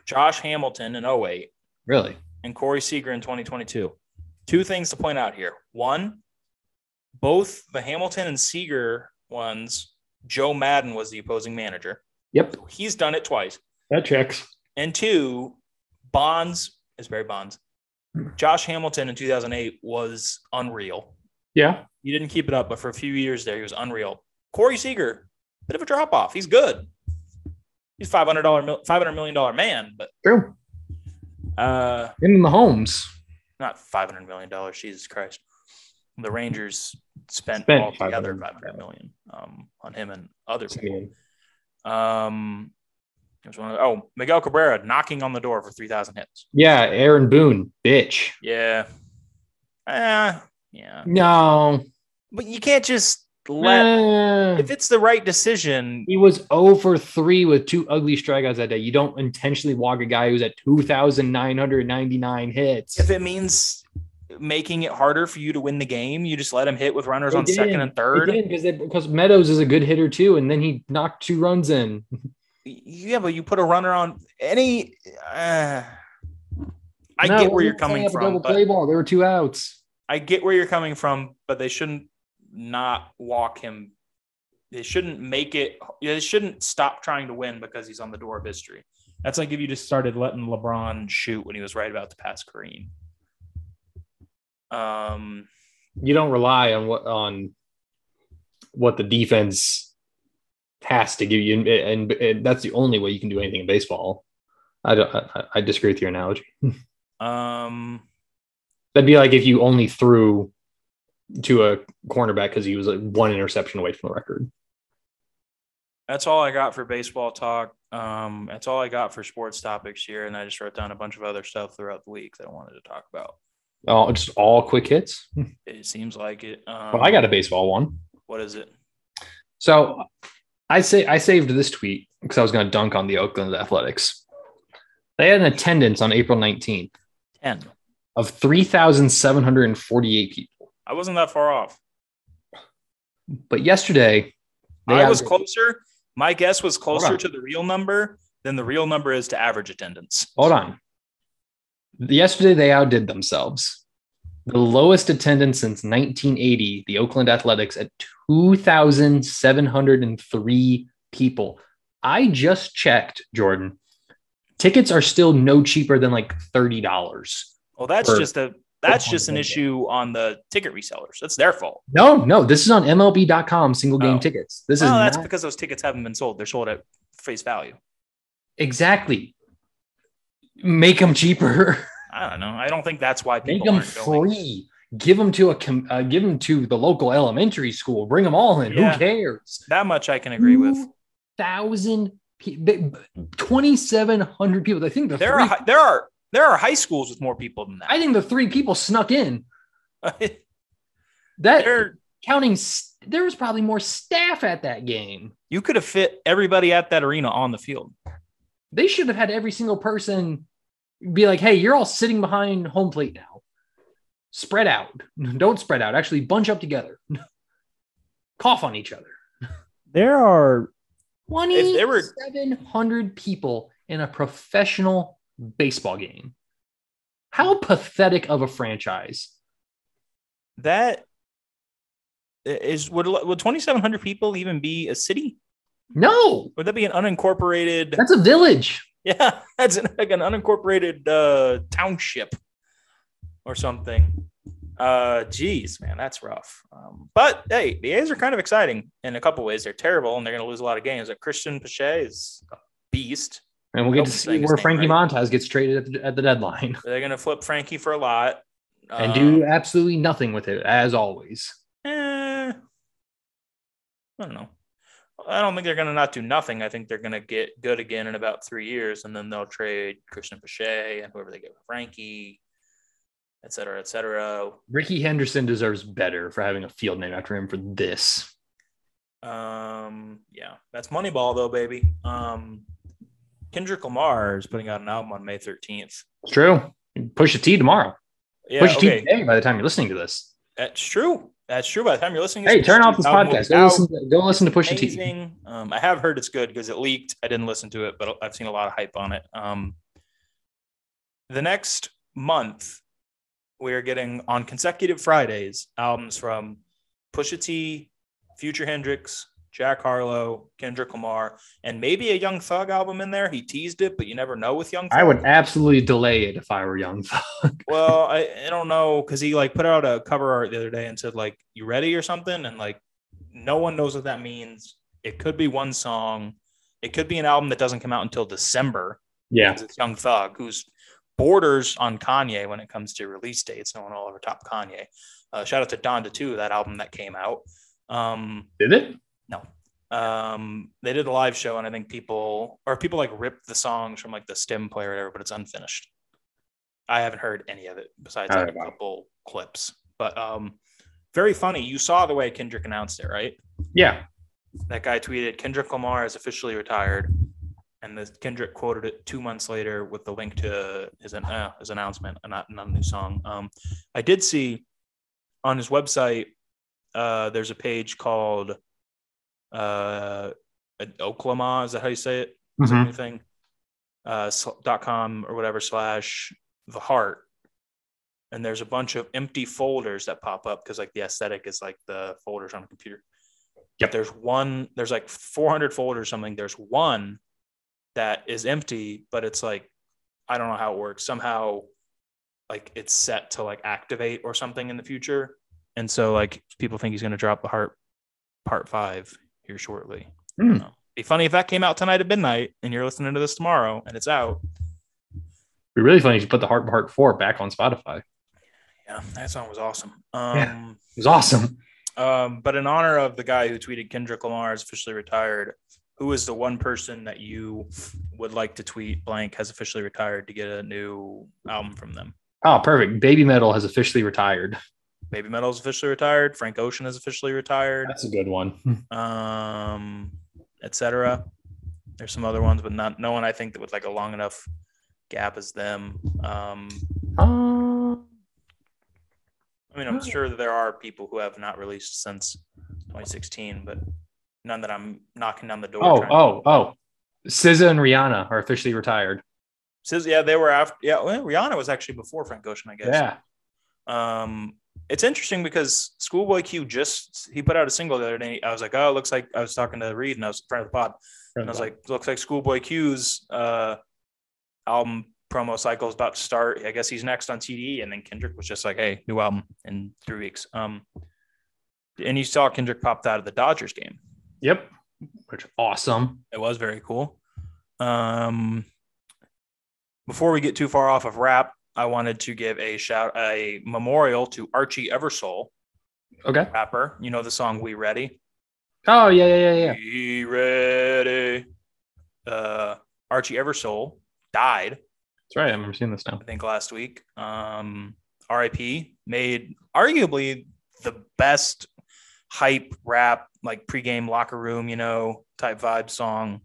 [SPEAKER 1] Josh Hamilton in 08,
[SPEAKER 2] Really?
[SPEAKER 1] and Corey Seager in 2022. Two things to point out here. One, both the Hamilton and Seager ones, Joe Madden was the opposing manager.
[SPEAKER 2] Yep,
[SPEAKER 1] He's done it twice.
[SPEAKER 2] that checks.
[SPEAKER 1] And two, Bonds is Barry Bonds. Josh Hamilton in 2008 was unreal.
[SPEAKER 2] Yeah,
[SPEAKER 1] He didn't keep it up, but for a few years there, he was unreal. Corey Seager, bit of a drop off. He's good. He's $500, mil- $500 million man, but
[SPEAKER 2] true.
[SPEAKER 1] uh,
[SPEAKER 2] In the homes,
[SPEAKER 1] not five hundred million dollars. Jesus Christ! The Rangers spent,
[SPEAKER 2] Spent
[SPEAKER 1] all together
[SPEAKER 2] $500
[SPEAKER 1] five hundred million um, on him and other
[SPEAKER 2] I
[SPEAKER 1] people.
[SPEAKER 2] mean,
[SPEAKER 1] Um, it was one of oh Miguel Cabrera knocking on the door for three thousand hits.
[SPEAKER 2] yeah, Aaron Boone, bitch.
[SPEAKER 1] Yeah, Eh, yeah,
[SPEAKER 2] No,
[SPEAKER 1] but you can't just let
[SPEAKER 2] Eh.
[SPEAKER 1] if it's the right decision.
[SPEAKER 2] he was 0 for 3 with two ugly strikeouts that day. You don't intentionally walk a guy who's at 2,999 hits.
[SPEAKER 1] If it means making it harder for you to win the game, you just let him hit with runners
[SPEAKER 2] They
[SPEAKER 1] on second
[SPEAKER 2] didn't.
[SPEAKER 1] and
[SPEAKER 2] They
[SPEAKER 1] third.
[SPEAKER 2] didn't because they- because Meadows is a good hitter too, and then he knocked two runs in.
[SPEAKER 1] Yeah, but you put a runner on any. Uh, I
[SPEAKER 2] No,
[SPEAKER 1] get where
[SPEAKER 2] they
[SPEAKER 1] you're
[SPEAKER 2] didn't
[SPEAKER 1] coming
[SPEAKER 2] have a
[SPEAKER 1] from,
[SPEAKER 2] Double
[SPEAKER 1] but
[SPEAKER 2] play ball. There were two outs.
[SPEAKER 1] I get where you're coming from, but they shouldn't not walk him. They shouldn't make it. They shouldn't stop trying to win because he's on the door of history. That's like if you just started letting LeBron shoot when he was right about to pass Kareem. Um,
[SPEAKER 2] You don't rely on what on what the defense has to give you, and, and, and that's the only way you can do anything in baseball. I don't. I, I disagree with your analogy.
[SPEAKER 1] um,
[SPEAKER 2] That'd be like if you only threw to a cornerback because he was like one interception away from the record.
[SPEAKER 1] that's all I got for baseball talk. Um, that's all I got for sports topics here, and I just wrote down a bunch of other stuff throughout the week that I wanted to talk about.
[SPEAKER 2] Oh, just all quick hits.
[SPEAKER 1] It seems like it. Um,
[SPEAKER 2] Well, I got a baseball one.
[SPEAKER 1] What is it?
[SPEAKER 2] So I say I saved this tweet because I was going to dunk on the Oakland Athletics. They had an attendance on April 19th
[SPEAKER 1] Ten.
[SPEAKER 2] of 3,748 people.
[SPEAKER 1] I wasn't that far off.
[SPEAKER 2] But yesterday, they
[SPEAKER 1] I was
[SPEAKER 2] averaged-
[SPEAKER 1] closer. My guess was
[SPEAKER 2] Hold
[SPEAKER 1] closer
[SPEAKER 2] on.
[SPEAKER 1] to the real number, then the real number is to average attendance.
[SPEAKER 2] Hold on. Yesterday, they outdid themselves. The lowest attendance since 1980, the Oakland Athletics at 2,703 people. I just checked, Jordan. Tickets are still no cheaper than like $30.
[SPEAKER 1] Well, that's
[SPEAKER 2] Or-
[SPEAKER 1] just a that's
[SPEAKER 2] on
[SPEAKER 1] just an
[SPEAKER 2] the-
[SPEAKER 1] issue on the ticket resellers. That's their fault.
[SPEAKER 2] No, no, this is on MLB.com single game
[SPEAKER 1] Oh.
[SPEAKER 2] tickets. This is
[SPEAKER 1] Well, that's
[SPEAKER 2] not-
[SPEAKER 1] because those tickets haven't been sold. They're sold at face value.
[SPEAKER 2] exactly make them cheaper.
[SPEAKER 1] I don't know. I don't think that's why
[SPEAKER 2] Make
[SPEAKER 1] people
[SPEAKER 2] them
[SPEAKER 1] aren't going.
[SPEAKER 2] free. Give them to a com- uh, give them to the local elementary school. Bring them all in.
[SPEAKER 1] Yeah.
[SPEAKER 2] Who cares?
[SPEAKER 1] That much I can agree with.
[SPEAKER 2] thousand twenty seven hundred people. I think the
[SPEAKER 1] There
[SPEAKER 2] three,
[SPEAKER 1] are hi- there are there are high schools with more people than
[SPEAKER 2] I
[SPEAKER 1] that.
[SPEAKER 2] think the three people snuck in. That
[SPEAKER 1] there
[SPEAKER 2] counting s there was probably more staff at that game.
[SPEAKER 1] you could have fit everybody at that arena on the field.
[SPEAKER 2] They should have had every single person be like, "Hey, you're all sitting behind home plate now. Spread out. Don't spread out. Actually, bunch up together. Cough on each other."
[SPEAKER 3] There are
[SPEAKER 1] If they were-
[SPEAKER 2] 2,700 people in a professional baseball game. How pathetic of a franchise.
[SPEAKER 1] That is would would twenty seven hundred people even be a city?
[SPEAKER 2] No,
[SPEAKER 1] Would that be an unincorporated?
[SPEAKER 2] that's a village.
[SPEAKER 1] Yeah, that's an, like an unincorporated uh, township or something. Uh, geez, man, that's rough. Um, but hey, the A's are kind of exciting in a couple ways. They're terrible and they're going to lose a lot of games. Like Christian Pache is a beast.
[SPEAKER 2] And we'll get
[SPEAKER 1] Nope,
[SPEAKER 2] to
[SPEAKER 1] saying
[SPEAKER 2] see
[SPEAKER 1] his
[SPEAKER 2] where
[SPEAKER 1] name
[SPEAKER 2] Frankie
[SPEAKER 1] right.
[SPEAKER 2] Montas gets traded at the, at the deadline
[SPEAKER 1] They're going to flip Frankie for a lot
[SPEAKER 2] and
[SPEAKER 1] Um,
[SPEAKER 2] do absolutely nothing with it, as always.
[SPEAKER 1] Eh, I don't know. I don't think they're going to not do nothing. I think they're going to get good again in about three years, and then they'll trade Christian Pache and whoever they get for Frankie, et cetera, et cetera.
[SPEAKER 2] Ricky Henderson deserves better for having a field name after him for this.
[SPEAKER 1] Um, yeah, that's Moneyball though, baby. Um, Kendrick Lamar is putting out an album on May 13th.
[SPEAKER 2] It's true. Push a T tomorrow.
[SPEAKER 1] Yeah,
[SPEAKER 2] Push a T
[SPEAKER 1] okay,
[SPEAKER 2] today by the time you're listening to this.
[SPEAKER 1] that's true. That's true. By the time you're listening,
[SPEAKER 2] Hey, turn off this
[SPEAKER 1] album will be
[SPEAKER 2] podcast. Go
[SPEAKER 1] out.
[SPEAKER 2] listen to, go listen to Push a T.
[SPEAKER 1] amazing. Um, I have heard it's good because it leaked. I didn't listen to it, but I've seen a lot of hype on it. Um, the next month, we are getting on consecutive Fridays albums from Pusha T, Future Hendrix, Jack Harlow, Kendrick Lamar, and maybe a Young Thug album in there. He teased it, but you never know with Young Thug.
[SPEAKER 2] I would absolutely delay it if I were young.
[SPEAKER 1] Well, I, I don't know because he like put out a cover art the other day and said like "You ready?" or something, and like no one knows what that means. It could be one song, it could be an album that doesn't come out until December.
[SPEAKER 2] Yeah.
[SPEAKER 1] 'cause It's Young Thug, who's borders on Kanye when it comes to release dates. No one will ever top Kanye. Uh, shout out to Donda Two, that album that came out. Um,
[SPEAKER 2] Did it?
[SPEAKER 1] um, they did a live show, and I think people or people like ripped the songs from like the stem play or whatever, but it's unfinished. I haven't heard any of it besides like,
[SPEAKER 2] Alright,
[SPEAKER 1] a
[SPEAKER 2] wow.
[SPEAKER 1] couple clips, but um, very funny. You saw the way Kendrick announced it, right?
[SPEAKER 2] Yeah.
[SPEAKER 1] That guy tweeted, "Kendrick Lamar is officially retired," and the Kendrick quoted it two months later with the link to his an- uh, his announcement, and not not a new song. Um, I did see on his website uh, there's a page called uh, Oklahoma. Is that how you say it?
[SPEAKER 2] Mm-hmm.
[SPEAKER 1] Is that a new thing? Uh, sl- dot com or whatever slash the heart. And there's a bunch of empty folders that pop up because like the aesthetic is like the folders on a computer.
[SPEAKER 2] Yep.
[SPEAKER 1] There's one. There's like 400 folders or something. There's one that is empty, but it's like I don't know how it works. Somehow, like it's set to like activate or something in the future, and so like people think he's going to drop the heart part five here shortly. I don't
[SPEAKER 2] Hmm.
[SPEAKER 1] know. Be funny if that came out tonight at midnight, and you're listening to this tomorrow, and it's out.
[SPEAKER 2] Be really funny if you put the Heart Heart 4 back on Spotify. It
[SPEAKER 1] Yeah, that song was awesome.
[SPEAKER 2] Yeah.
[SPEAKER 1] Um,
[SPEAKER 2] was awesome.
[SPEAKER 1] um, but in honor of the guy who tweeted Kendrick Lamar is officially retired, who is the one person that you would like to tweet blank has officially retired to get a new album from them?
[SPEAKER 2] Oh, perfect. Baby Metal has officially retired.
[SPEAKER 1] Baby Metal is officially retired. Frank Ocean is officially retired.
[SPEAKER 2] a good one.
[SPEAKER 1] um, etc. There's some other ones, but not no one I think that with like a long enough gap as them. Um,
[SPEAKER 2] Uh,
[SPEAKER 1] I mean, I'm
[SPEAKER 2] Right.
[SPEAKER 1] sure that there are people who have not released since 2016, but none that I'm knocking on the door.
[SPEAKER 2] oh,
[SPEAKER 1] trying-
[SPEAKER 2] oh, oh. SZA and Rihanna are officially retired.
[SPEAKER 1] Says yeah, they were after yeah. Well, Rihanna was actually before Frank Ocean, I guess.
[SPEAKER 2] Yeah.
[SPEAKER 1] Um, it's interesting because Schoolboy Q just he put out a single the other day. I was like, oh, it looks like I was talking to Reed and I was in front of the pod, and I was like, looks like Schoolboy Q's uh, album promo cycle is about to start. I guess he's next on TDE, and then Kendrick was just like, hey, new album in three weeks. Um, and you saw Kendrick popped out of the Dodgers game.
[SPEAKER 2] Yep. Which awesome.
[SPEAKER 1] It was very cool. Um, before we get too far off of rap, I wanted to give a shout a memorial to Archie Eversole,
[SPEAKER 2] Okay.
[SPEAKER 1] rapper. You know the song "We Ready."
[SPEAKER 2] Oh yeah, yeah, yeah, yeah.
[SPEAKER 1] We ready. Uh, Archie Eversole died,
[SPEAKER 2] That's right. I remember seeing this now.
[SPEAKER 1] I think, last week. Um, R.I.P. Made arguably the best hype rap, like pregame locker room, you know, type vibe song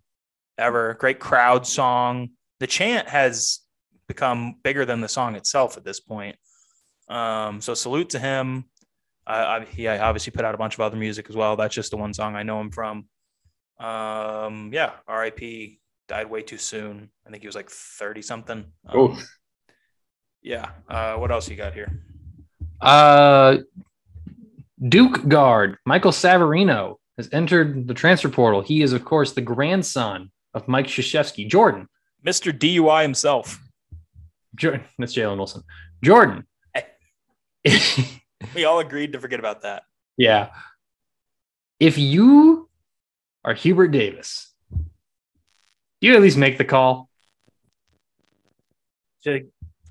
[SPEAKER 1] ever. Great crowd song. The chant has become bigger than the song itself at this point. Um, so salute to him. I, I, he obviously put out a bunch of other music as well. That's just the one song I know him from. Um, yeah, R.I.P. Died way too soon. I think he was like thirty something. Um,
[SPEAKER 2] Oh.
[SPEAKER 1] yeah. Uh, what else you got here?
[SPEAKER 2] Uh, Duke guard Michael Savarino has entered the transfer portal. He is, of course, the grandson of Mike Krzyzewski. Jordan,
[SPEAKER 1] Mr. DUI himself.
[SPEAKER 2] Jordan, that's Jalen Wilson. Jordan. eh,
[SPEAKER 1] We all agreed to forget about that.
[SPEAKER 2] yeah. If you are Hubert Davis, you at least make the call.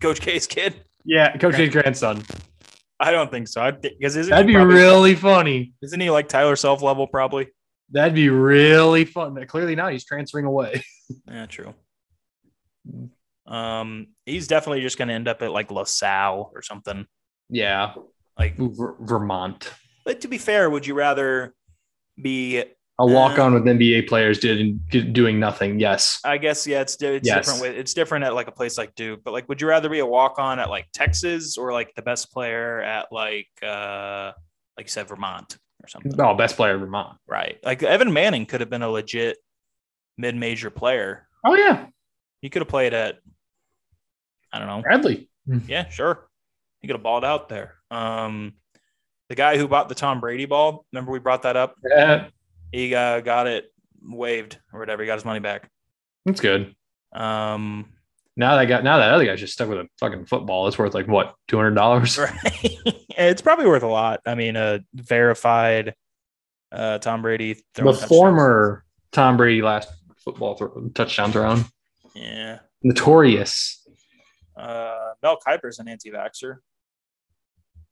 [SPEAKER 1] Coach K's kid?
[SPEAKER 2] Yeah, Coach's grandson.
[SPEAKER 1] I don't think so. Because isn't
[SPEAKER 2] That'd
[SPEAKER 1] he
[SPEAKER 2] be
[SPEAKER 1] probably-
[SPEAKER 2] really funny.
[SPEAKER 1] Isn't he like Tyler Self level? Probably.
[SPEAKER 2] That'd be really fun. Clearly not. He's transferring away.
[SPEAKER 1] Yeah, true. Um, he's definitely just going to end up at like LaSalle or something.
[SPEAKER 2] Yeah.
[SPEAKER 1] Like,
[SPEAKER 2] Ver- Vermont.
[SPEAKER 1] but to be fair, would you rather be?
[SPEAKER 2] A walk on with NBA players did, did- doing nothing. Yes.
[SPEAKER 1] I guess yeah, it's, di- it's
[SPEAKER 2] Yes.
[SPEAKER 1] different. With, it's different at like a place like Duke, but like, would you rather be a walk on at like Texas or like the best player at like uh like you said Vermont or something?
[SPEAKER 2] Oh, best player in Vermont.
[SPEAKER 1] Right. Like Evan Manning could have been a legit mid major player.
[SPEAKER 2] Oh yeah,
[SPEAKER 1] He could have played at I don't know.
[SPEAKER 2] Bradley.
[SPEAKER 1] Yeah, sure. He could have balled out there. Um, the guy who bought the Tom Brady ball, remember we brought that up?
[SPEAKER 2] Yeah,
[SPEAKER 1] He uh, got it waived or whatever. He got his money back.
[SPEAKER 2] that's good.
[SPEAKER 1] Um,
[SPEAKER 2] Now that guy, now that other guy's just stuck with a fucking football. It's worth like what two hundred dollars.
[SPEAKER 1] right. it's probably worth a lot. I mean, a verified uh, Tom Brady.
[SPEAKER 2] The
[SPEAKER 1] throwing touchdowns.
[SPEAKER 2] former Tom Brady last football throw, touchdown thrown.
[SPEAKER 1] Yeah.
[SPEAKER 2] Notorious.
[SPEAKER 1] Uh, Mel Kiper's an anti vaxxer.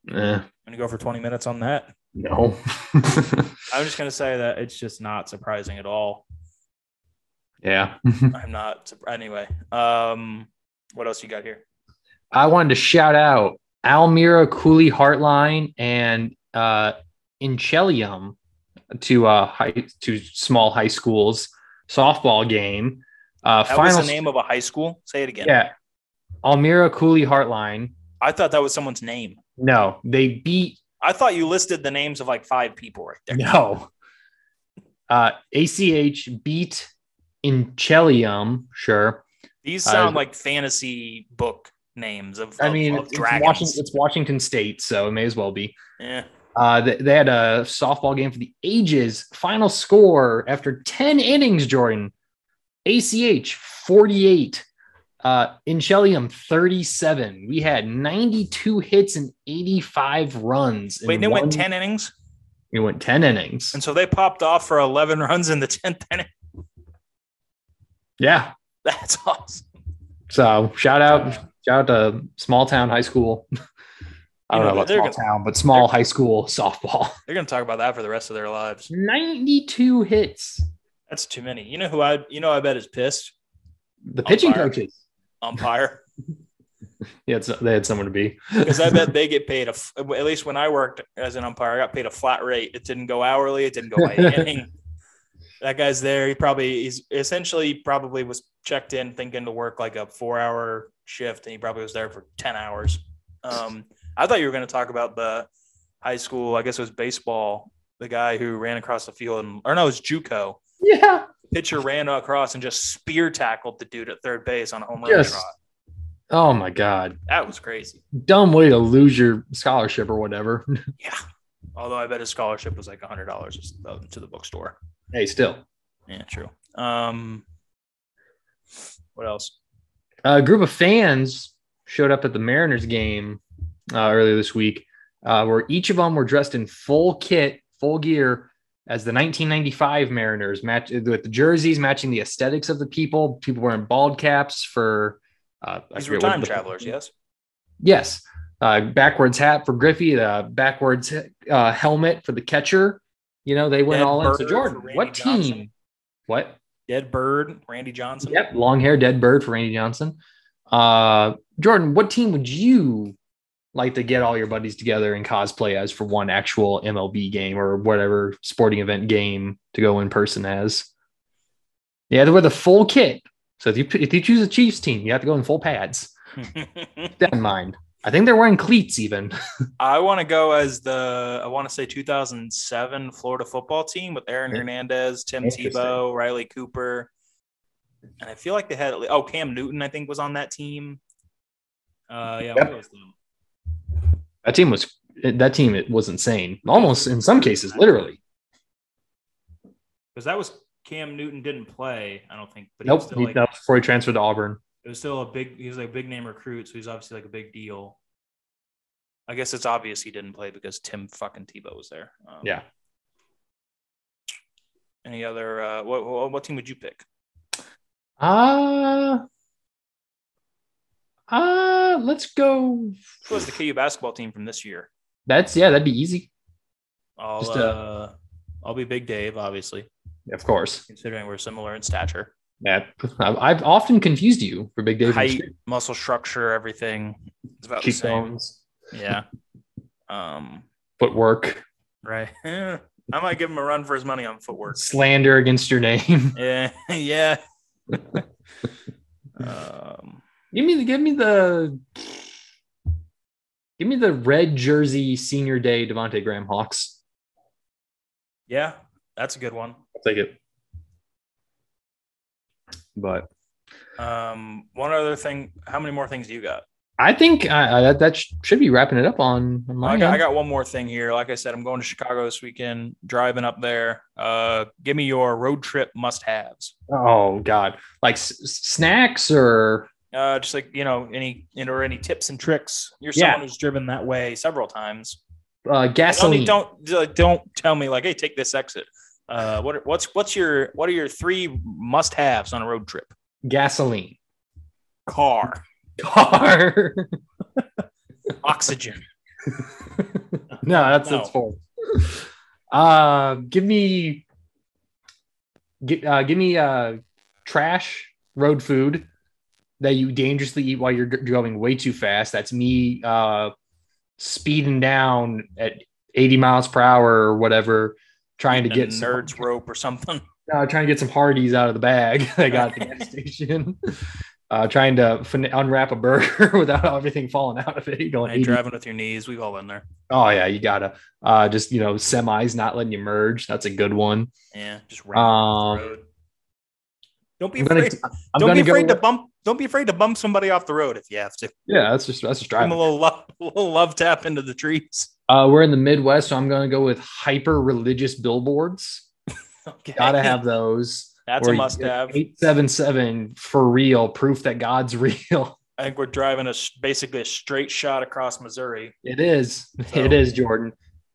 [SPEAKER 1] I'm
[SPEAKER 2] Eh,
[SPEAKER 1] going to go for 20 minutes on that.
[SPEAKER 2] no.
[SPEAKER 1] I'm just gonna say that it's just not surprising at all.
[SPEAKER 2] yeah.
[SPEAKER 1] I'm not surp- anyway. Um, what else you got here?
[SPEAKER 2] I wanted to shout out Almira Cooley Heartline and uh, Inchelium to uh, high, to small high schools softball game. Uh,
[SPEAKER 1] That
[SPEAKER 2] final
[SPEAKER 1] was the name of a high school. Say it again.
[SPEAKER 2] Yeah. Almira Cooley Heartline.
[SPEAKER 1] I thought that was someone's name.
[SPEAKER 2] No, they beat
[SPEAKER 1] I thought you listed the names of like five people right there.
[SPEAKER 2] no. Uh, ACH beat Inchelium. Sure.
[SPEAKER 1] These
[SPEAKER 2] I-
[SPEAKER 1] sound like fantasy book names of.
[SPEAKER 2] I
[SPEAKER 1] of-
[SPEAKER 2] mean,
[SPEAKER 1] of
[SPEAKER 2] it's, it's
[SPEAKER 1] Oh, dragons.
[SPEAKER 2] Washington, it's Washington State, so it may as well be.
[SPEAKER 1] yeah.
[SPEAKER 2] Uh, they, they had a softball game for the ages. Final score after 10 innings, Jordan. ACH 48. Uh, Inchelium 37. We had 92 hits and 85 runs. in
[SPEAKER 1] Wait, they
[SPEAKER 2] one-
[SPEAKER 1] went ten innings,
[SPEAKER 2] We went 10 innings.
[SPEAKER 1] and so they popped off for eleven runs in the tenth inning.
[SPEAKER 2] Yeah.
[SPEAKER 1] That's awesome.
[SPEAKER 2] So shout out, shout out to small town high school. I
[SPEAKER 1] You
[SPEAKER 2] don't
[SPEAKER 1] know,
[SPEAKER 2] know, about
[SPEAKER 1] they're
[SPEAKER 2] small
[SPEAKER 1] gonna-
[SPEAKER 2] town, but small high school softball.
[SPEAKER 1] They're gonna talk about that for the rest of their lives.
[SPEAKER 2] 92 hits.
[SPEAKER 1] That's too many. You know who I? You know I bet is pissed.
[SPEAKER 2] The pitching
[SPEAKER 1] Oh, fire.
[SPEAKER 2] coaches.
[SPEAKER 1] Umpire.
[SPEAKER 2] Yeah, it's, they had someone to be.
[SPEAKER 1] because I bet they get paid a f- at least when I worked as an umpire, I got paid a flat rate. It didn't go hourly. It didn't go by inning. That guy's there. He probably he's essentially probably was checked in thinking to work like a four hour shift, and he probably was there for ten hours. Um, I thought you were going to talk about the high school. I guess it was baseball. The guy who ran across the field, and, or no, it was JUCO.
[SPEAKER 2] Yeah.
[SPEAKER 1] Pitcher ran across and just spear tackled the dude at third base on a home run
[SPEAKER 2] Yes.
[SPEAKER 1] trot.
[SPEAKER 2] Oh my God.
[SPEAKER 1] That was crazy.
[SPEAKER 2] Dumb way to lose your scholarship or whatever.
[SPEAKER 1] Yeah. Although I bet his scholarship was like hundred dollars to the bookstore.
[SPEAKER 2] hey, still.
[SPEAKER 1] Yeah, true. Um, what else?
[SPEAKER 2] a group of fans showed up at the Mariners game uh, earlier this week, uh, where each of them were dressed in full kit, full gear, as the 1995 Mariners match with the jerseys matching the aesthetics of the people. People wearing bald caps for. Uh, I
[SPEAKER 1] These were
[SPEAKER 2] forget what
[SPEAKER 1] time
[SPEAKER 2] the-
[SPEAKER 1] travelers. Yes.
[SPEAKER 2] Yes. Uh, backwards hat for Griffey, the backwards uh, helmet for the catcher. You know, they went
[SPEAKER 1] Dead
[SPEAKER 2] all in. So,
[SPEAKER 1] bird
[SPEAKER 2] Jordan,
[SPEAKER 1] for Randy
[SPEAKER 2] what team?
[SPEAKER 1] Johnson.
[SPEAKER 2] What?
[SPEAKER 1] Dead Bird, Randy Johnson.
[SPEAKER 2] Yep, long hair, dead bird for Randy Johnson. Uh, Jordan, what team would you like to get all your buddies together and cosplay as for one actual MLB game or whatever sporting event game to go in person as? Yeah, they wear the full kit. So if you if you choose a Chiefs team, you have to go in full pads. Keep that in mind. I think they're wearing cleats even.
[SPEAKER 1] I want to go as the I want to say 2007 Florida football team with Aaron
[SPEAKER 2] Yeah.
[SPEAKER 1] Hernandez, Tim
[SPEAKER 2] Interesting.
[SPEAKER 1] Tebow, Riley Cooper, and I feel like they had at lea- oh Cam Newton I think was on that team. Uh, yeah,
[SPEAKER 2] Yep.
[SPEAKER 1] what was them?
[SPEAKER 2] That team was that team it was insane. Almost in some cases, literally.
[SPEAKER 1] because that was Cam Newton didn't play. I don't think, but he was
[SPEAKER 2] Nope.
[SPEAKER 1] still
[SPEAKER 2] he-
[SPEAKER 1] like,
[SPEAKER 2] that was before he transferred to Auburn.
[SPEAKER 1] it was still a big. He was like a big name recruit, so he's obviously like a big deal. I guess it's obvious he didn't play because Tim fucking Tebow was there. Um,
[SPEAKER 2] Yeah.
[SPEAKER 1] Any other? Uh, what, what what team would you pick?
[SPEAKER 2] Uh, uh, let's go.
[SPEAKER 1] Who was the KU basketball team from this year?
[SPEAKER 2] That's yeah, that'd be easy.
[SPEAKER 1] I'll
[SPEAKER 2] Just, uh,
[SPEAKER 1] uh, I'll be Big Dave, obviously,
[SPEAKER 2] Of course.
[SPEAKER 1] considering we're similar in stature,
[SPEAKER 2] Yeah. I've, I've often confused you for Big Dave. and
[SPEAKER 1] height,
[SPEAKER 2] Scoop.
[SPEAKER 1] muscle structure, everything. It's
[SPEAKER 2] Oh,
[SPEAKER 1] about the same.
[SPEAKER 2] Cheekbones,
[SPEAKER 1] Yeah. Um.
[SPEAKER 2] footwork,
[SPEAKER 1] Right. I might give him a run for his money on footwork.
[SPEAKER 2] slander against your name.
[SPEAKER 1] Yeah. Yeah. um.
[SPEAKER 2] give me the give me the give me the red jersey senior day Devonte Graham Hawks.
[SPEAKER 1] Yeah, that's a good one.
[SPEAKER 2] I'll take it. But
[SPEAKER 1] Um. One other thing. How many more things do you got?
[SPEAKER 2] I think uh, that that sh- should be wrapping it up on, on my
[SPEAKER 1] I got, I
[SPEAKER 2] end.
[SPEAKER 1] got one more thing here. Like I said, I'm going to Chicago this weekend, driving up there. Uh, give me your road trip must haves.
[SPEAKER 2] Oh God, like s- s- snacks or
[SPEAKER 1] Uh, just like you know, any and or any tips and tricks. You're
[SPEAKER 2] Yeah.
[SPEAKER 1] someone who's driven that way several times.
[SPEAKER 2] uh,
[SPEAKER 1] I don't,
[SPEAKER 2] gasoline.
[SPEAKER 1] need- don't uh, don't tell me like, hey, take this exit. Uh, what are- what's what's your what are your three must haves on a road trip?
[SPEAKER 2] Gasoline.
[SPEAKER 1] Car,
[SPEAKER 2] Car.
[SPEAKER 1] oxygen.
[SPEAKER 2] no, that's
[SPEAKER 1] No.
[SPEAKER 2] that's four. Uh, give me, gi- uh, give me uh, trash road food that you dangerously eat while you're dr- going way too fast. That's me uh, speeding down at 80 miles per hour or whatever, trying to get
[SPEAKER 1] and
[SPEAKER 2] some-
[SPEAKER 1] nerds rope or something.
[SPEAKER 2] uh, trying to get some Hardee's out of the bag I got at the gas station. Uh, trying to fin- unwrap a burger without everything falling out of it. Going
[SPEAKER 1] Hey,
[SPEAKER 2] 80.
[SPEAKER 1] driving with your knees. We've all been there.
[SPEAKER 2] Oh yeah, you gotta uh, just you know semis not letting you merge. That's a good one.
[SPEAKER 1] Yeah, just ram off the
[SPEAKER 2] Um,
[SPEAKER 1] road. Don't be
[SPEAKER 2] I'm gonna,
[SPEAKER 1] afraid.
[SPEAKER 2] I'm
[SPEAKER 1] don't
[SPEAKER 2] gonna
[SPEAKER 1] be
[SPEAKER 2] go.
[SPEAKER 1] afraid to bump. Don't be afraid to bump somebody off the road if you have to.
[SPEAKER 2] yeah, that's just that's just
[SPEAKER 1] Give 'em a
[SPEAKER 2] driving.
[SPEAKER 1] little love, a little love tap into the trees.
[SPEAKER 2] Uh, we're in the Midwest, so I'm gonna go with hyper religious billboards.
[SPEAKER 1] Okay.
[SPEAKER 2] Gotta have those.
[SPEAKER 1] That's a must have.
[SPEAKER 2] Eight seven seven for real proof that God's real.
[SPEAKER 1] I think we're driving a s- basically a straight shot across Missouri.
[SPEAKER 2] It is.
[SPEAKER 1] So-
[SPEAKER 2] It is Jordan.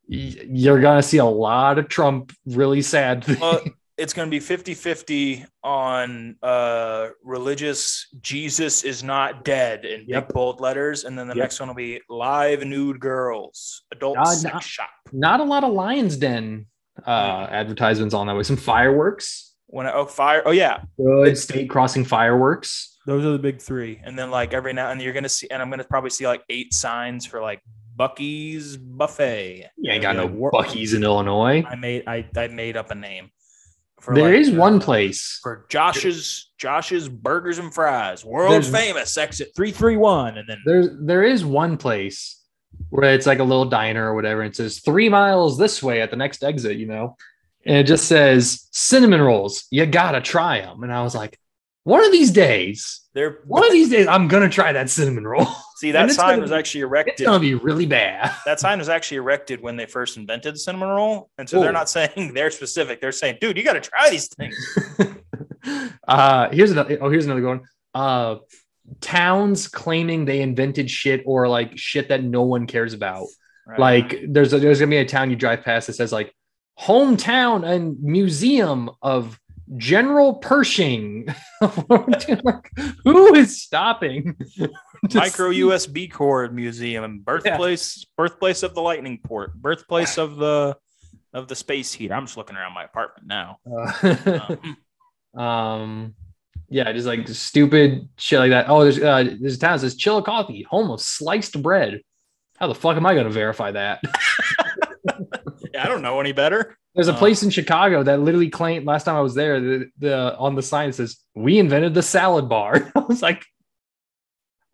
[SPEAKER 2] Y- You're gonna see a lot of Trump. Really sad. thing.
[SPEAKER 1] Well, Uh, it's going to be 50-50 on uh, religious Jesus is not dead in
[SPEAKER 2] Yep.
[SPEAKER 1] big bold letters, and then the
[SPEAKER 2] Yep.
[SPEAKER 1] next one will be live nude girls, adult
[SPEAKER 2] Nah,
[SPEAKER 1] sex
[SPEAKER 2] nah.
[SPEAKER 1] shop.
[SPEAKER 2] Not a lot of Lions Den uh, advertisements on that way. Some fireworks.
[SPEAKER 1] When I, oh fire oh yeah,
[SPEAKER 2] good state crossing fireworks.
[SPEAKER 3] Those are the big three.
[SPEAKER 1] and then like every now and you're gonna see and i'm gonna probably see like eight signs for like bucky's buffet
[SPEAKER 2] You ain't got no
[SPEAKER 3] Yeah, wor-
[SPEAKER 2] Bucky's in Illinois.
[SPEAKER 1] i made i, I made up a name for
[SPEAKER 2] There
[SPEAKER 1] like,
[SPEAKER 2] is one
[SPEAKER 1] uh,
[SPEAKER 2] place.
[SPEAKER 1] for josh's josh's burgers and fries world
[SPEAKER 2] There's-
[SPEAKER 1] famous exit 331 and then
[SPEAKER 2] There's there is one place where it's like a little diner or whatever. And it says three miles this way at the next exit, you know. and it just says cinnamon rolls. You gotta try them. And I was like, one of these days,
[SPEAKER 4] They're
[SPEAKER 2] one of these days, I'm gonna try that cinnamon roll.
[SPEAKER 1] See, that
[SPEAKER 2] And it's
[SPEAKER 1] sign
[SPEAKER 2] gonna
[SPEAKER 1] was
[SPEAKER 2] be-
[SPEAKER 1] actually
[SPEAKER 2] It's
[SPEAKER 1] erected.
[SPEAKER 2] gonna be really bad.
[SPEAKER 1] That sign was actually erected when they first invented the cinnamon roll, and so they're
[SPEAKER 2] Whoa.
[SPEAKER 1] not saying they're specific. They're saying, "Dude, you got to try these things."
[SPEAKER 2] uh, here's another. Oh, here's another good one. Uh, towns claiming they invented shit or like shit that no one cares about.
[SPEAKER 1] Right.
[SPEAKER 2] Like there's a, there's gonna be a town you drive past that says like hometown and museum of General Pershing. Like, Who is stopping? to
[SPEAKER 1] micro
[SPEAKER 2] see-
[SPEAKER 1] USB cord museum, birthplace, birthplace of the lightning port, birthplace of the of the space heat. I'm just looking around my apartment now.
[SPEAKER 2] Uh,
[SPEAKER 1] Um,
[SPEAKER 2] um, yeah, just like stupid shit like that. Oh, there's uh, there's a town that says Chillicothe, home of sliced bread. How the fuck am I gonna verify that?
[SPEAKER 1] yeah, I don't know any better.
[SPEAKER 2] There's a
[SPEAKER 1] Uh.
[SPEAKER 2] place in Chicago that literally claimed last time I was there, the, the on the sign it says we invented the salad bar. I was like,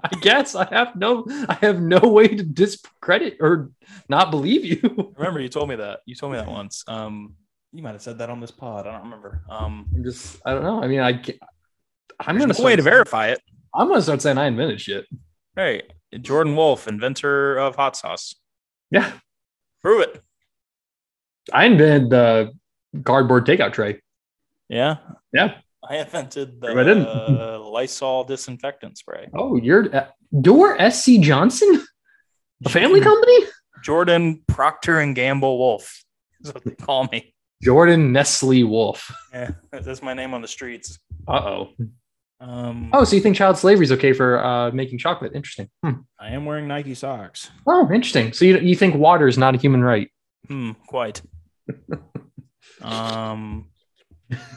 [SPEAKER 2] I guess I have no, I have no way to discredit or not believe you.
[SPEAKER 1] Remember, you told me that. You told me that once. Um, you might have said that on this pod. I don't remember. Um,
[SPEAKER 2] I'm just, I don't know. I mean, I, ca- I'm
[SPEAKER 1] there's
[SPEAKER 2] gonna
[SPEAKER 1] no way to verify it.
[SPEAKER 2] I'm gonna start saying I invented shit.
[SPEAKER 1] Right, Jordan Wolf, inventor of hot sauce.
[SPEAKER 2] Yeah,
[SPEAKER 1] Prove it.
[SPEAKER 2] I invented the cardboard takeout tray.
[SPEAKER 1] Yeah.
[SPEAKER 2] Yeah.
[SPEAKER 1] I invented the
[SPEAKER 2] I didn't.
[SPEAKER 1] uh, Lysol disinfectant spray.
[SPEAKER 2] Oh, you're uh, Door SC Johnson, a family company.
[SPEAKER 1] Jordan Procter and Gamble Wolf is what they call me.
[SPEAKER 2] Jordan Nestle Wolf.
[SPEAKER 1] Yeah, that's my name on the streets.
[SPEAKER 2] Uh oh.
[SPEAKER 1] Um,
[SPEAKER 2] Oh, so you think child slavery is okay for uh, making chocolate? Interesting. Hmm.
[SPEAKER 1] I am wearing Nike socks.
[SPEAKER 2] Oh, interesting. So you, you think water is not a human right?
[SPEAKER 1] Hmm, quite. um,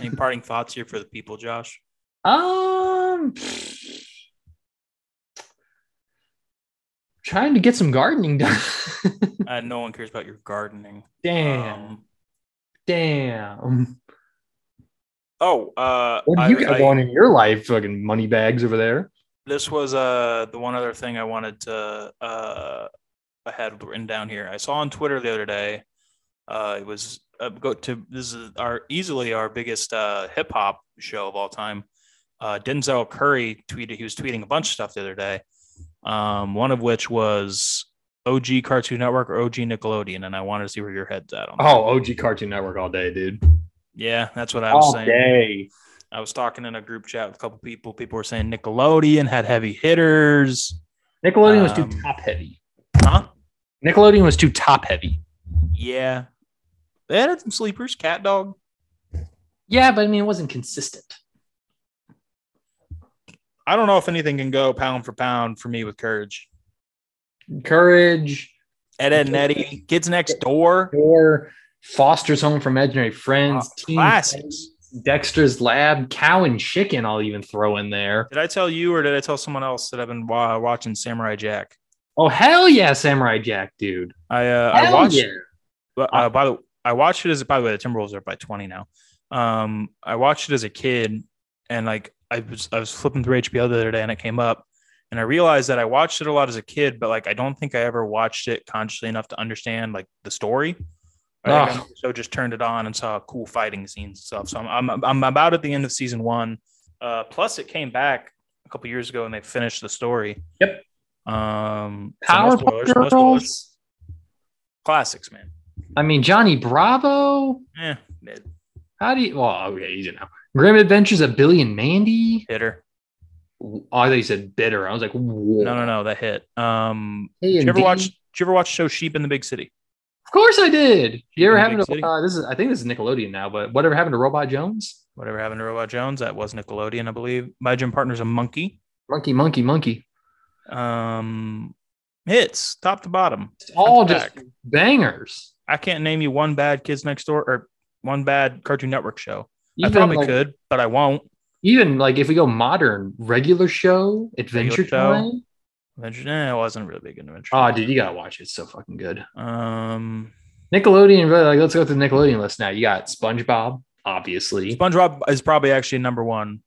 [SPEAKER 1] any parting thoughts here for the people, Josh?
[SPEAKER 2] Um, trying to get some gardening done.
[SPEAKER 1] Uh, no one cares about your gardening.
[SPEAKER 2] damn,
[SPEAKER 1] Um,
[SPEAKER 2] damn.
[SPEAKER 1] oh, uh,
[SPEAKER 2] What
[SPEAKER 1] I-
[SPEAKER 2] do you got
[SPEAKER 1] I-
[SPEAKER 2] going in your life? Fucking money bags over there.
[SPEAKER 1] this was uh the one other thing I wanted to uh I had written down here. I saw on Twitter the other day. Uh, it was uh, go to this is our easily our biggest uh, hip hop show of all time. Uh, Denzel Curry tweeted he was tweeting a bunch of stuff the other day. Um, one of which was OG Cartoon Network or OG Nickelodeon, and I wanted to see where your head's at on. that.
[SPEAKER 2] Oh, OG Cartoon Network all day, dude.
[SPEAKER 1] yeah, that's what I was
[SPEAKER 2] All
[SPEAKER 1] saying.
[SPEAKER 2] day.
[SPEAKER 1] I was talking in a group chat with a couple people. People were saying Nickelodeon had heavy hitters.
[SPEAKER 2] Nickelodeon was too
[SPEAKER 1] Um,
[SPEAKER 2] top heavy.
[SPEAKER 1] Huh?
[SPEAKER 2] Nickelodeon was too top heavy.
[SPEAKER 1] Yeah. They had some sleepers, cat dog.
[SPEAKER 2] Yeah, but I mean, it wasn't consistent.
[SPEAKER 1] I don't know if anything can go pound for pound for me with courage.
[SPEAKER 2] Courage.
[SPEAKER 1] Ed, Ed and Eddie, kids next door.
[SPEAKER 2] Or Foster's Home for Imaginary Friends,
[SPEAKER 1] Oh,
[SPEAKER 2] Teen
[SPEAKER 1] classics.
[SPEAKER 2] Titans, Dexter's Lab, Cow and Chicken. I'll even throw in there.
[SPEAKER 1] Did I tell you or did I tell someone else that I've been wa- watching Samurai Jack?
[SPEAKER 2] Oh hell yeah, Samurai Jack, dude.
[SPEAKER 1] I uh, I
[SPEAKER 2] Hell
[SPEAKER 1] watched
[SPEAKER 2] yeah.
[SPEAKER 1] But uh, by the I watched it as by the way, the Timberwolves are up by twenty now. Um, I watched it as a kid, and like I was I was flipping through HBO the other day, and it came up, and I realized that I watched it a lot as a kid, but like I don't think I ever watched it consciously enough to understand like the story. I think I
[SPEAKER 2] Ugh.
[SPEAKER 1] so just turned it on and saw cool fighting scenes and stuff. So I'm I'm, I'm about at the end of season one. Uh, plus, it came back a couple years ago, and they finished the story.
[SPEAKER 2] Yep.
[SPEAKER 1] Um, so no
[SPEAKER 2] Powerpuff
[SPEAKER 1] spoilers, no spoilers.
[SPEAKER 2] Girls.
[SPEAKER 1] Classics, man.
[SPEAKER 2] I mean Johnny Bravo.
[SPEAKER 1] Yeah, mid
[SPEAKER 2] How do you? Well, okay, easy now. Grim Adventures of Billy and Mandy.
[SPEAKER 1] hitter.
[SPEAKER 2] Oh, I thought you said bitter. I was like, whoa.
[SPEAKER 1] No, no, no, that hit. Um, did
[SPEAKER 2] Hey,
[SPEAKER 1] you ever
[SPEAKER 2] indeed.
[SPEAKER 1] watch? Did you ever watch show Sheep in the Big City?
[SPEAKER 2] Of course I did. You ever
[SPEAKER 1] in
[SPEAKER 2] happened
[SPEAKER 1] Big
[SPEAKER 2] to?
[SPEAKER 1] City?
[SPEAKER 2] Uh, this is. I think this is Nickelodeon now, but whatever happened to Robot Jones?
[SPEAKER 1] Whatever happened to Robot Jones? That was Nickelodeon, I believe. My gym partner's a monkey.
[SPEAKER 2] Monkey, monkey, monkey.
[SPEAKER 1] Um, hits top to bottom.
[SPEAKER 2] It's all
[SPEAKER 1] Front to
[SPEAKER 2] just bangers.
[SPEAKER 1] I can't name you one bad Kids Next Door or one bad Cartoon Network show.
[SPEAKER 2] Even
[SPEAKER 1] I probably
[SPEAKER 2] like,
[SPEAKER 1] could, but I won't.
[SPEAKER 2] even like if we go modern, regular show, Adventure
[SPEAKER 1] Regular show.
[SPEAKER 2] Time.
[SPEAKER 1] Adventure, eh, I wasn't really big into adventure.
[SPEAKER 2] Oh, dude, you gotta watch it. It's so fucking good.
[SPEAKER 1] Um,
[SPEAKER 2] Nickelodeon, really, like let's go through the Nickelodeon list now. You got SpongeBob, obviously.
[SPEAKER 1] SpongeBob is probably actually number one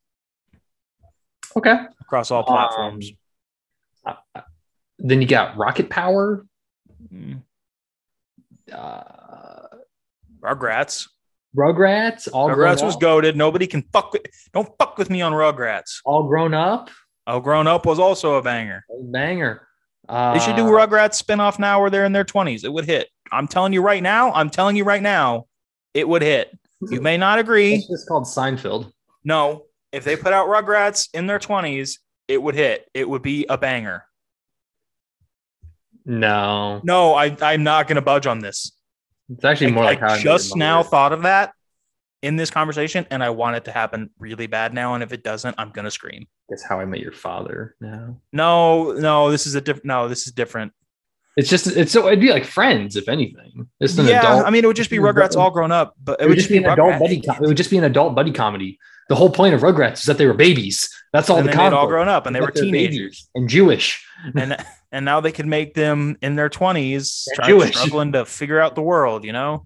[SPEAKER 2] okay.
[SPEAKER 1] across all platforms.
[SPEAKER 2] Um, uh, then you got Rocket Power.
[SPEAKER 1] Mm.
[SPEAKER 2] Uh,
[SPEAKER 1] Rugrats.
[SPEAKER 2] Rugrats, all
[SPEAKER 1] Rugrats
[SPEAKER 2] grown
[SPEAKER 1] was
[SPEAKER 2] up,
[SPEAKER 1] goaded. Nobody can fuck with. Don't fuck with me on Rugrats.
[SPEAKER 2] All grown up,
[SPEAKER 1] Oh, grown up was also a banger.
[SPEAKER 2] banger. Uh,
[SPEAKER 1] They should do Rugrats spinoff now where they're in their 20s. It would hit. I'm telling you right now. I'm telling you right now. It would hit. You may not agree.
[SPEAKER 2] It's just called Seinfeld.
[SPEAKER 1] No. If they put out Rugrats in their 20s, it would hit. It would be a banger.
[SPEAKER 2] No,
[SPEAKER 1] No, I, I'm not going to budge on this.
[SPEAKER 2] it's actually more
[SPEAKER 1] I,
[SPEAKER 2] like
[SPEAKER 1] I
[SPEAKER 2] how I Met Your
[SPEAKER 1] just now
[SPEAKER 2] Mother.
[SPEAKER 1] thought of that in this conversation, and I want it to happen really bad now. And if it doesn't, I'm going to scream.
[SPEAKER 2] That's how I met your father. Now
[SPEAKER 1] No, no, this is a different. No, this is different.
[SPEAKER 2] it's just it's so it'd be like Friends if anything. It's an
[SPEAKER 1] yeah,
[SPEAKER 2] adult.
[SPEAKER 1] I mean, it would just be Rugrats all grown up, but it, would just be,
[SPEAKER 2] an adult
[SPEAKER 1] Rugrats.
[SPEAKER 2] buddy. Com- it would just be an adult buddy comedy. The whole point of Rugrats is that they were babies. That's all
[SPEAKER 1] and
[SPEAKER 2] the
[SPEAKER 1] then they'd all
[SPEAKER 2] conflict.
[SPEAKER 1] grown up, and they
[SPEAKER 2] That
[SPEAKER 1] were
[SPEAKER 2] they're babies
[SPEAKER 1] teenagers,
[SPEAKER 2] and Jewish.
[SPEAKER 1] and and now they could make them in their twenties,
[SPEAKER 2] They're
[SPEAKER 1] try-
[SPEAKER 2] Jewish.
[SPEAKER 1] struggling to figure out the world. You know,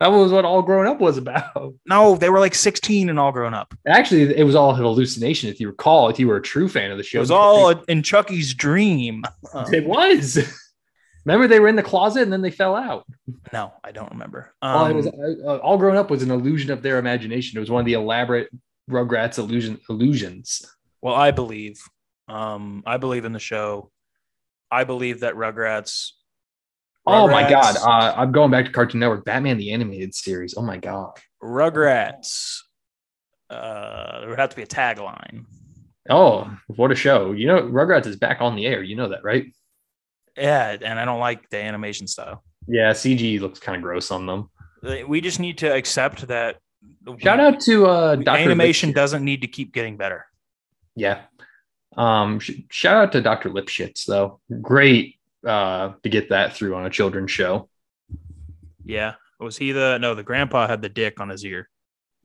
[SPEAKER 2] That was what all grown up was about.
[SPEAKER 1] no, they were like sixteen and all grown up.
[SPEAKER 2] Actually, it was all an hallucination. If you recall, if you were a true fan of the show,
[SPEAKER 1] It was all in Chucky's dream. Um,
[SPEAKER 2] It was. Remember, they were in the closet and then they fell out.
[SPEAKER 1] no, I don't remember.
[SPEAKER 2] all, it was,
[SPEAKER 1] Um,
[SPEAKER 2] uh, all grown up was an illusion of their imagination. It was one of the elaborate Rugrats illusion illusions.
[SPEAKER 1] well, I believe, um, I believe in the show. I believe that Rugrats.
[SPEAKER 2] Oh my god!
[SPEAKER 1] Rugrats-
[SPEAKER 2] Uh, I'm going back to Cartoon Network, Batman the Animated Series. Oh my god!
[SPEAKER 1] Rugrats. Uh, there would have to be a tagline.
[SPEAKER 2] Oh, what a show! You know, Rugrats is back on the air. You know that, right?
[SPEAKER 1] Yeah, and I don't like the animation style.
[SPEAKER 2] Yeah, CG looks kind of gross on them.
[SPEAKER 1] We just need to accept that.
[SPEAKER 2] Shout out to uh,
[SPEAKER 1] we-
[SPEAKER 2] Dr. Lick-
[SPEAKER 1] animation doesn't need to keep getting better.
[SPEAKER 2] Yeah. Um, sh- shout out to Dr. Lipschitz though. Great uh to get that through on a children's show.
[SPEAKER 1] Yeah, was he the no? The grandpa had the dick on his ear.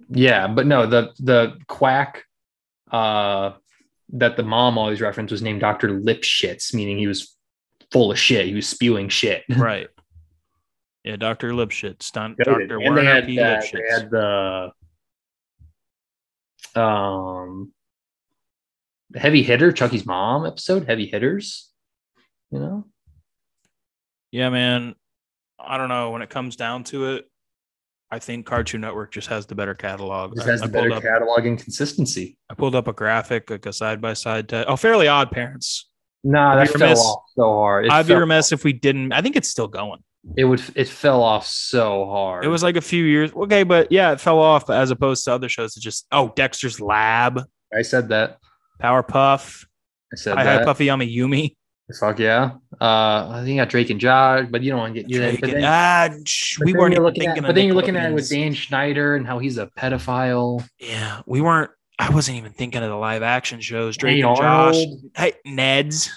[SPEAKER 2] Yeah, but no, the the quack uh that the mom always referenced was named Dr. Lipschitz, meaning he was full of shit. He was spewing shit.
[SPEAKER 1] Right. Yeah, Doctor Lipschitz, Don-
[SPEAKER 2] Goated.
[SPEAKER 1] Doctor
[SPEAKER 2] And they
[SPEAKER 1] Werner
[SPEAKER 2] had,
[SPEAKER 1] P.
[SPEAKER 2] that-
[SPEAKER 1] Lipschitz.
[SPEAKER 2] they had the um the heavy hitter, Chucky's mom episode, heavy hitters. You know,
[SPEAKER 1] yeah, man. I don't know. When it comes down to it, I think Cartoon Network just has the better catalog.
[SPEAKER 2] just
[SPEAKER 1] I-
[SPEAKER 2] has
[SPEAKER 1] I
[SPEAKER 2] the
[SPEAKER 1] pulled
[SPEAKER 2] better
[SPEAKER 1] up-
[SPEAKER 2] catalog and consistency.
[SPEAKER 1] I pulled up a graphic, like a side by side. Oh, Fairly Odd Parents.
[SPEAKER 2] Nah,
[SPEAKER 1] I'd
[SPEAKER 2] that
[SPEAKER 1] be
[SPEAKER 2] fell
[SPEAKER 1] remiss-
[SPEAKER 2] off so hard. It,
[SPEAKER 1] I'd be
[SPEAKER 2] fell,
[SPEAKER 1] remiss if we didn't. I think it's still going.
[SPEAKER 2] it would. It fell off so hard.
[SPEAKER 1] It was like a few years. Okay, but yeah, it fell off as opposed to other shows that just oh, Dexter's Lab,
[SPEAKER 2] I said that.
[SPEAKER 1] Powerpuff,
[SPEAKER 2] I said
[SPEAKER 1] Hi Hi
[SPEAKER 2] that.
[SPEAKER 1] Puffy Yummy Yumi.
[SPEAKER 2] Fuck yeah. Uh, I think I got Drake and Josh, but you don't want to get you.
[SPEAKER 1] Drake
[SPEAKER 2] But
[SPEAKER 1] and-
[SPEAKER 2] then,
[SPEAKER 1] ah, sh-
[SPEAKER 2] but
[SPEAKER 1] we
[SPEAKER 2] then
[SPEAKER 1] weren't
[SPEAKER 2] you're
[SPEAKER 1] even
[SPEAKER 2] looking
[SPEAKER 1] thinking.
[SPEAKER 2] at,
[SPEAKER 1] of
[SPEAKER 2] but then you're looking at it
[SPEAKER 1] Nickelodeons.
[SPEAKER 2] with Dan Schneider and how he's a pedophile.
[SPEAKER 1] Yeah, we weren't. I wasn't even thinking of the live action shows. Drake
[SPEAKER 2] Hey,
[SPEAKER 1] and Josh.
[SPEAKER 2] Arnold.
[SPEAKER 1] Hey, Ned's.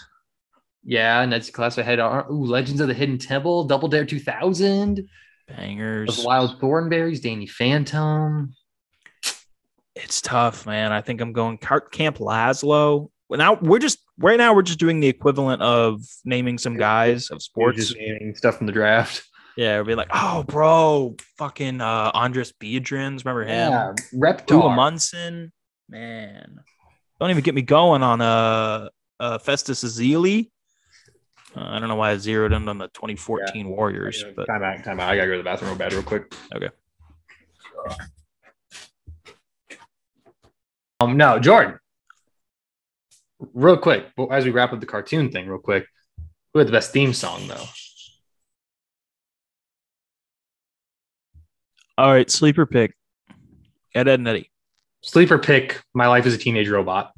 [SPEAKER 2] Yeah, and that's class I had. Ar- Ooh, Legends of the Hidden Temple, Double Dare 2000,
[SPEAKER 1] Bangers.
[SPEAKER 2] The Wild Thornberries, Danny Phantom.
[SPEAKER 1] It's tough, man. I think I'm going Car- Camp Laszlo. Well, Now we're just right now we're just doing the equivalent of naming some guys of sports.
[SPEAKER 2] Just naming stuff from the draft.
[SPEAKER 1] Yeah, it'd be like, oh, bro, fucking uh, Andres Biedrins, remember him?
[SPEAKER 2] Yeah,
[SPEAKER 1] Tua
[SPEAKER 2] Reptar.
[SPEAKER 1] Munson, man, don't even get me going on uh, uh Festus Azili. Uh, I don't know why I zeroed in on the 2014 Warriors, but
[SPEAKER 2] Time out, time out. I gotta go to the bathroom real bad, real quick.
[SPEAKER 1] Okay.
[SPEAKER 2] Um, no, Jordan. Real quick, well, as we wrap up the cartoon thing, real quick, who had the best theme song though?
[SPEAKER 1] all right, sleeper pick, Ed, Ed and Eddie.
[SPEAKER 2] Sleeper pick. My life as a teenage robot.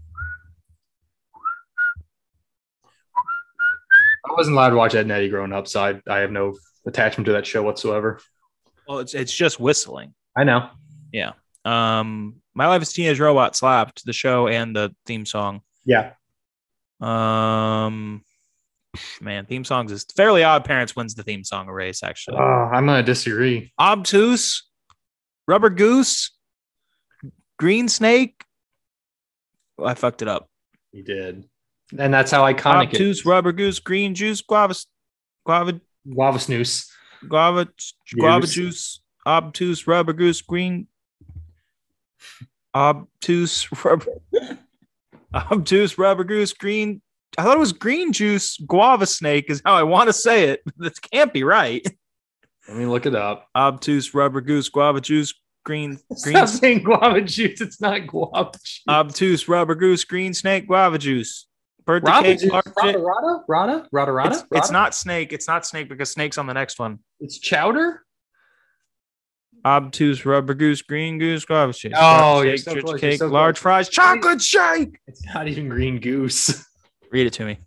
[SPEAKER 2] I wasn't allowed to watch Ed and Eddie growing up, so I, I have no attachment to that show whatsoever.
[SPEAKER 1] Well, it's it's just whistling.
[SPEAKER 2] I know.
[SPEAKER 1] Um, My Life as a Teenage Robot slapped the show and the theme song.
[SPEAKER 2] Yeah.
[SPEAKER 1] Um, man, theme songs is Fairly Odd Parents wins the theme song race. Actually,
[SPEAKER 2] Uh, I'm gonna disagree.
[SPEAKER 1] obtuse, rubber goose, green snake. Oh, I fucked it up.
[SPEAKER 2] You did, and that's how iconic it
[SPEAKER 1] obtuse,
[SPEAKER 2] is.
[SPEAKER 1] rubber goose, green juice, guava, s- guava,
[SPEAKER 2] Guava snooze.
[SPEAKER 1] guava, guava
[SPEAKER 2] Juice.
[SPEAKER 1] juice. Obtuse, rubber goose, green. Obtuse rubber. obtuse rubber goose, green. I thought it was green juice, guava snake is how I want to say it. That can't be right.
[SPEAKER 2] Let me look it up.
[SPEAKER 1] Obtuse rubber goose guava juice green green
[SPEAKER 2] Stop saying guava juice. It's not guava juice.
[SPEAKER 1] obtuse rubber goose green snake guava juice. Birthday
[SPEAKER 2] Rada
[SPEAKER 1] cake.
[SPEAKER 2] juice.
[SPEAKER 1] large
[SPEAKER 2] Rada,
[SPEAKER 1] dick.
[SPEAKER 2] rada, rada, rada, rada.
[SPEAKER 1] It's, it's not snake. It's not snake because snake's on the next one.
[SPEAKER 2] It's chowder.
[SPEAKER 1] Obtuse rubber goose green goose guava juice.
[SPEAKER 2] Oh,
[SPEAKER 1] chocolate
[SPEAKER 2] you're
[SPEAKER 1] shake,
[SPEAKER 2] so
[SPEAKER 1] church
[SPEAKER 2] close, you're
[SPEAKER 1] cake
[SPEAKER 2] so
[SPEAKER 1] large fries chocolate shake.
[SPEAKER 2] It's not even green goose.
[SPEAKER 1] Read it to me.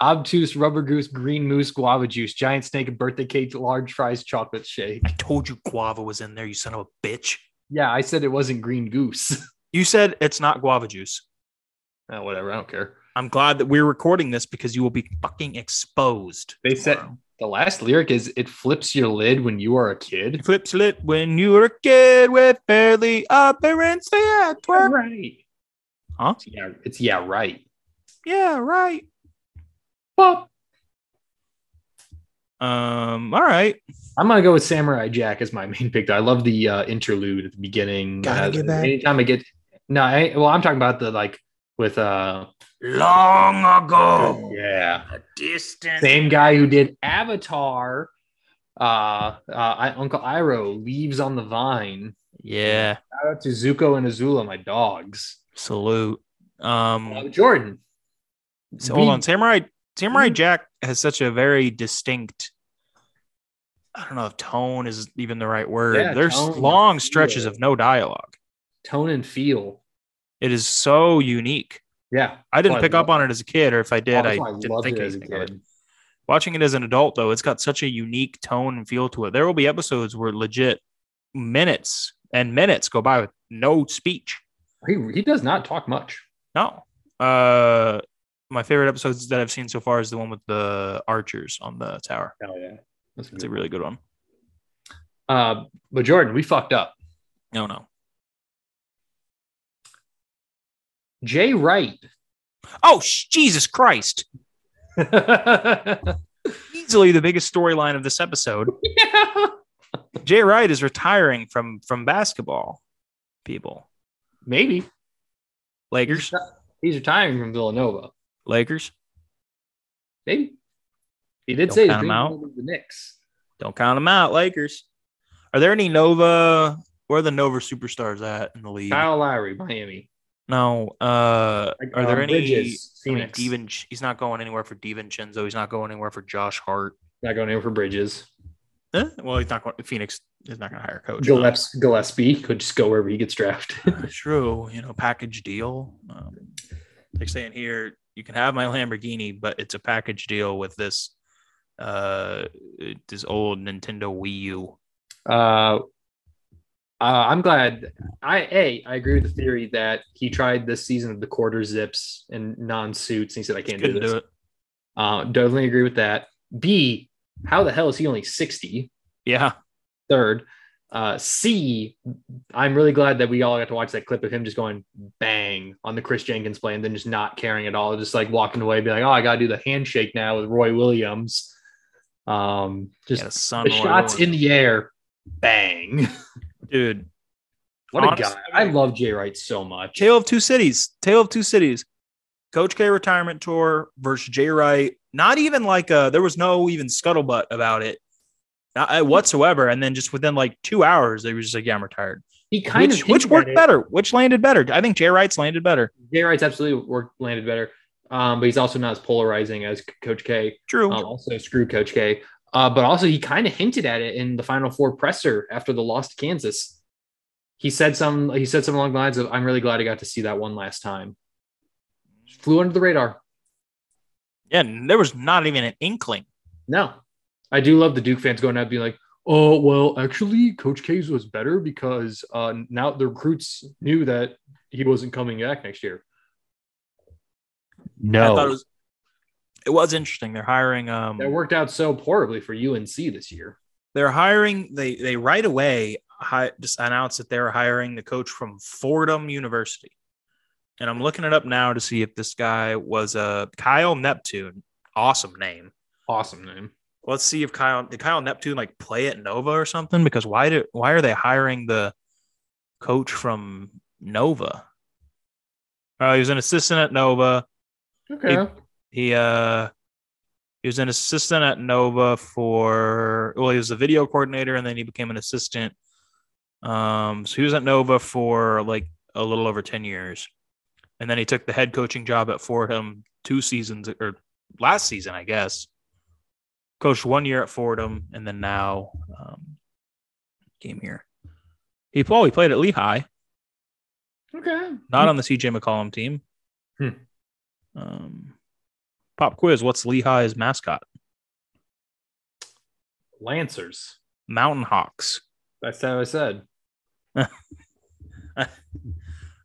[SPEAKER 2] Obtuse rubber goose, green moose, guava juice, giant snake, birthday cake, large fries, chocolate shake.
[SPEAKER 1] I told you guava was in there. You son of a bitch.
[SPEAKER 2] Yeah, I said it wasn't green goose.
[SPEAKER 1] You said it's not guava juice.
[SPEAKER 2] Ah, whatever, I don't care.
[SPEAKER 1] I'm glad that we're recording this because you will be fucking exposed.
[SPEAKER 2] They said-
[SPEAKER 1] tomorrow.
[SPEAKER 2] The last lyric is "It flips your lid when you are a kid."
[SPEAKER 1] Clips lit when you were a kid with barely appearance. Yeah, twerk.
[SPEAKER 2] Right?
[SPEAKER 1] Huh?
[SPEAKER 2] Yeah, it's yeah, right.
[SPEAKER 1] Yeah, right.
[SPEAKER 2] Well,
[SPEAKER 1] Um, all right.
[SPEAKER 2] I'm gonna go with Samurai Jack as my main pick. Though. I love the uh, interlude at the beginning.
[SPEAKER 1] Gotta
[SPEAKER 2] Uh,
[SPEAKER 1] get back.
[SPEAKER 2] Anytime I get no, I, well, I'm talking about the like with uh
[SPEAKER 1] Long ago,
[SPEAKER 2] yeah,
[SPEAKER 1] a distant.
[SPEAKER 2] same guy who did Avatar. Uh, uh I, Uncle Iroh leaves on the vine.
[SPEAKER 1] Yeah,
[SPEAKER 2] Shout out to Zuko and Azula, my dogs.
[SPEAKER 1] salute. Um,
[SPEAKER 2] Uh, Jordan,
[SPEAKER 1] so hold
[SPEAKER 2] we-
[SPEAKER 1] on, Samurai Samurai
[SPEAKER 2] we-
[SPEAKER 1] Jack has such a very distinct. I don't know if tone is even the right word.
[SPEAKER 2] Yeah,
[SPEAKER 1] There's
[SPEAKER 2] tone,
[SPEAKER 1] long stretches
[SPEAKER 2] feel.
[SPEAKER 1] of no dialogue.
[SPEAKER 2] tone and feel.
[SPEAKER 1] It is so unique.
[SPEAKER 2] Yeah,
[SPEAKER 1] I didn't
[SPEAKER 2] Well, Oh, I
[SPEAKER 1] pick up
[SPEAKER 2] love-
[SPEAKER 1] on it as a kid, or if I did,
[SPEAKER 2] Oh,
[SPEAKER 1] I
[SPEAKER 2] that's why
[SPEAKER 1] didn't
[SPEAKER 2] loved
[SPEAKER 1] think
[SPEAKER 2] it as a
[SPEAKER 1] anything of it.
[SPEAKER 2] kid.
[SPEAKER 1] Watching it as an adult, though, it's got such a unique tone and feel to it. There will be episodes where legit minutes and minutes go by with no speech.
[SPEAKER 2] He he does not talk much.
[SPEAKER 1] No. Uh, my favorite episodes that I've seen so far is the one with the archers on the tower.
[SPEAKER 2] Oh yeah, that's
[SPEAKER 1] It's a
[SPEAKER 2] good.
[SPEAKER 1] really good one.
[SPEAKER 2] Uh, but Jordan, we fucked up.
[SPEAKER 1] No, no.
[SPEAKER 2] Jay Wright.
[SPEAKER 1] Oh, sh- Jesus Christ.
[SPEAKER 2] yeah.
[SPEAKER 1] Easily the biggest storyline of this episode. Jay Wright is retiring from from basketball. People.
[SPEAKER 2] Maybe
[SPEAKER 1] Lakers.
[SPEAKER 2] he's retiring from Villanova.
[SPEAKER 1] Lakers.
[SPEAKER 2] Maybe he did
[SPEAKER 1] Don't
[SPEAKER 2] say
[SPEAKER 1] count
[SPEAKER 2] dream
[SPEAKER 1] him out.
[SPEAKER 2] home is the Knicks.
[SPEAKER 1] Don't count them out. Lakers. Are there any Nova? Where are the Nova superstars at in the league?
[SPEAKER 2] Kyle Lowry, Miami.
[SPEAKER 1] No. Uh, are there
[SPEAKER 2] Uh,
[SPEAKER 1] any?
[SPEAKER 2] Bridges,
[SPEAKER 1] I mean,
[SPEAKER 2] Phoenix?
[SPEAKER 1] Devin- he's not going anywhere for DiVincenzo. He's not going anywhere for Josh Hart.
[SPEAKER 2] Not going in for Bridges.
[SPEAKER 1] Eh? Well, he's not going. Phoenix is not going to hire a coach.
[SPEAKER 2] Gillespie, Gillespie could just go wherever he gets drafted.
[SPEAKER 1] Um, true. You know, package deal. Um, like saying here, you can have my Lamborghini, but it's a package deal with this, uh, this old Nintendo Wii U.
[SPEAKER 2] Uh, uh, I'm glad. I a I agree with the theory that he tried this season of the quarter zips and non suits, and he said I can't do
[SPEAKER 1] Couldn't
[SPEAKER 2] this.
[SPEAKER 1] do it.
[SPEAKER 2] Uh, definitely agree with that. B, how the hell is he only 60?
[SPEAKER 1] Yeah.
[SPEAKER 2] Third. Uh, C, I'm really glad that we all got to watch that clip of him just going bang on the Chris Jenkins play and then just not caring at all, just like walking away, be like, oh, I got to do the handshake now with Roy Williams. Um, just
[SPEAKER 1] yeah, son
[SPEAKER 2] the
[SPEAKER 1] Roy
[SPEAKER 2] shots
[SPEAKER 1] Williams.
[SPEAKER 2] in the air, bang.
[SPEAKER 1] dude.
[SPEAKER 2] what a
[SPEAKER 1] Honestly,
[SPEAKER 2] guy. I love Jay Wright so much.
[SPEAKER 1] Tale of Two Cities. Tale of Two Cities. Coach K retirement tour versus Jay Wright. Not even like uh there was no even scuttlebutt about it not, uh, whatsoever. And then just within like two hours, they were just like, "Yeah, I'm retired."
[SPEAKER 2] He kind
[SPEAKER 1] which
[SPEAKER 2] of
[SPEAKER 1] which
[SPEAKER 2] hinted
[SPEAKER 1] worked
[SPEAKER 2] at it.
[SPEAKER 1] better? Which landed better? I think Jay Wright's landed better.
[SPEAKER 2] Jay Wright's absolutely worked landed better, um, but he's also not as polarizing as Coach K.
[SPEAKER 1] True.
[SPEAKER 2] Um, also, screw Coach K. Uh, but also, he kind of hinted at it in the Final Four presser after the loss to Kansas. He said some. He said something along the lines of, "I'm really glad I got to see that one last time." Flew under the radar.
[SPEAKER 1] Yeah, and there was not even an inkling.
[SPEAKER 2] No, I do love the Duke fans going out and being like, "Oh, well, actually, Coach K's was better because uh, now the recruits knew that he wasn't coming back next year."
[SPEAKER 1] I
[SPEAKER 2] No,
[SPEAKER 1] thought it was. It was interesting. They're hiring. Um,
[SPEAKER 2] that worked out so horribly for UNC this year.
[SPEAKER 1] they're hiring. They they right away hi, just announced that they're hiring the coach from Fordham University. And I'm looking it up now to see if this guy was a uh, Kyle Neptune. Awesome name.
[SPEAKER 2] Awesome name.
[SPEAKER 1] Let's see if Kyle did Kyle Neptune like play at Nova or something because why do why are they hiring the coach from Nova? Oh, he was an assistant at Nova.
[SPEAKER 2] Okay.
[SPEAKER 1] He uh he He was an assistant at Nova for well, he was a video coordinator and then he became an assistant. Um, so he was at Nova for like a little over 10 years. And then he took the head coaching job at Fordham two seasons or last season, I guess. Coached one year at Fordham and then now um, came here. He, oh, he played at Lehigh,
[SPEAKER 2] Okay.
[SPEAKER 1] not on the CJ McCollum team.
[SPEAKER 2] Hmm.
[SPEAKER 1] Um, pop quiz What's Lehigh's mascot?
[SPEAKER 2] Lancers.
[SPEAKER 1] Mountain Hawks.
[SPEAKER 2] That's how I said.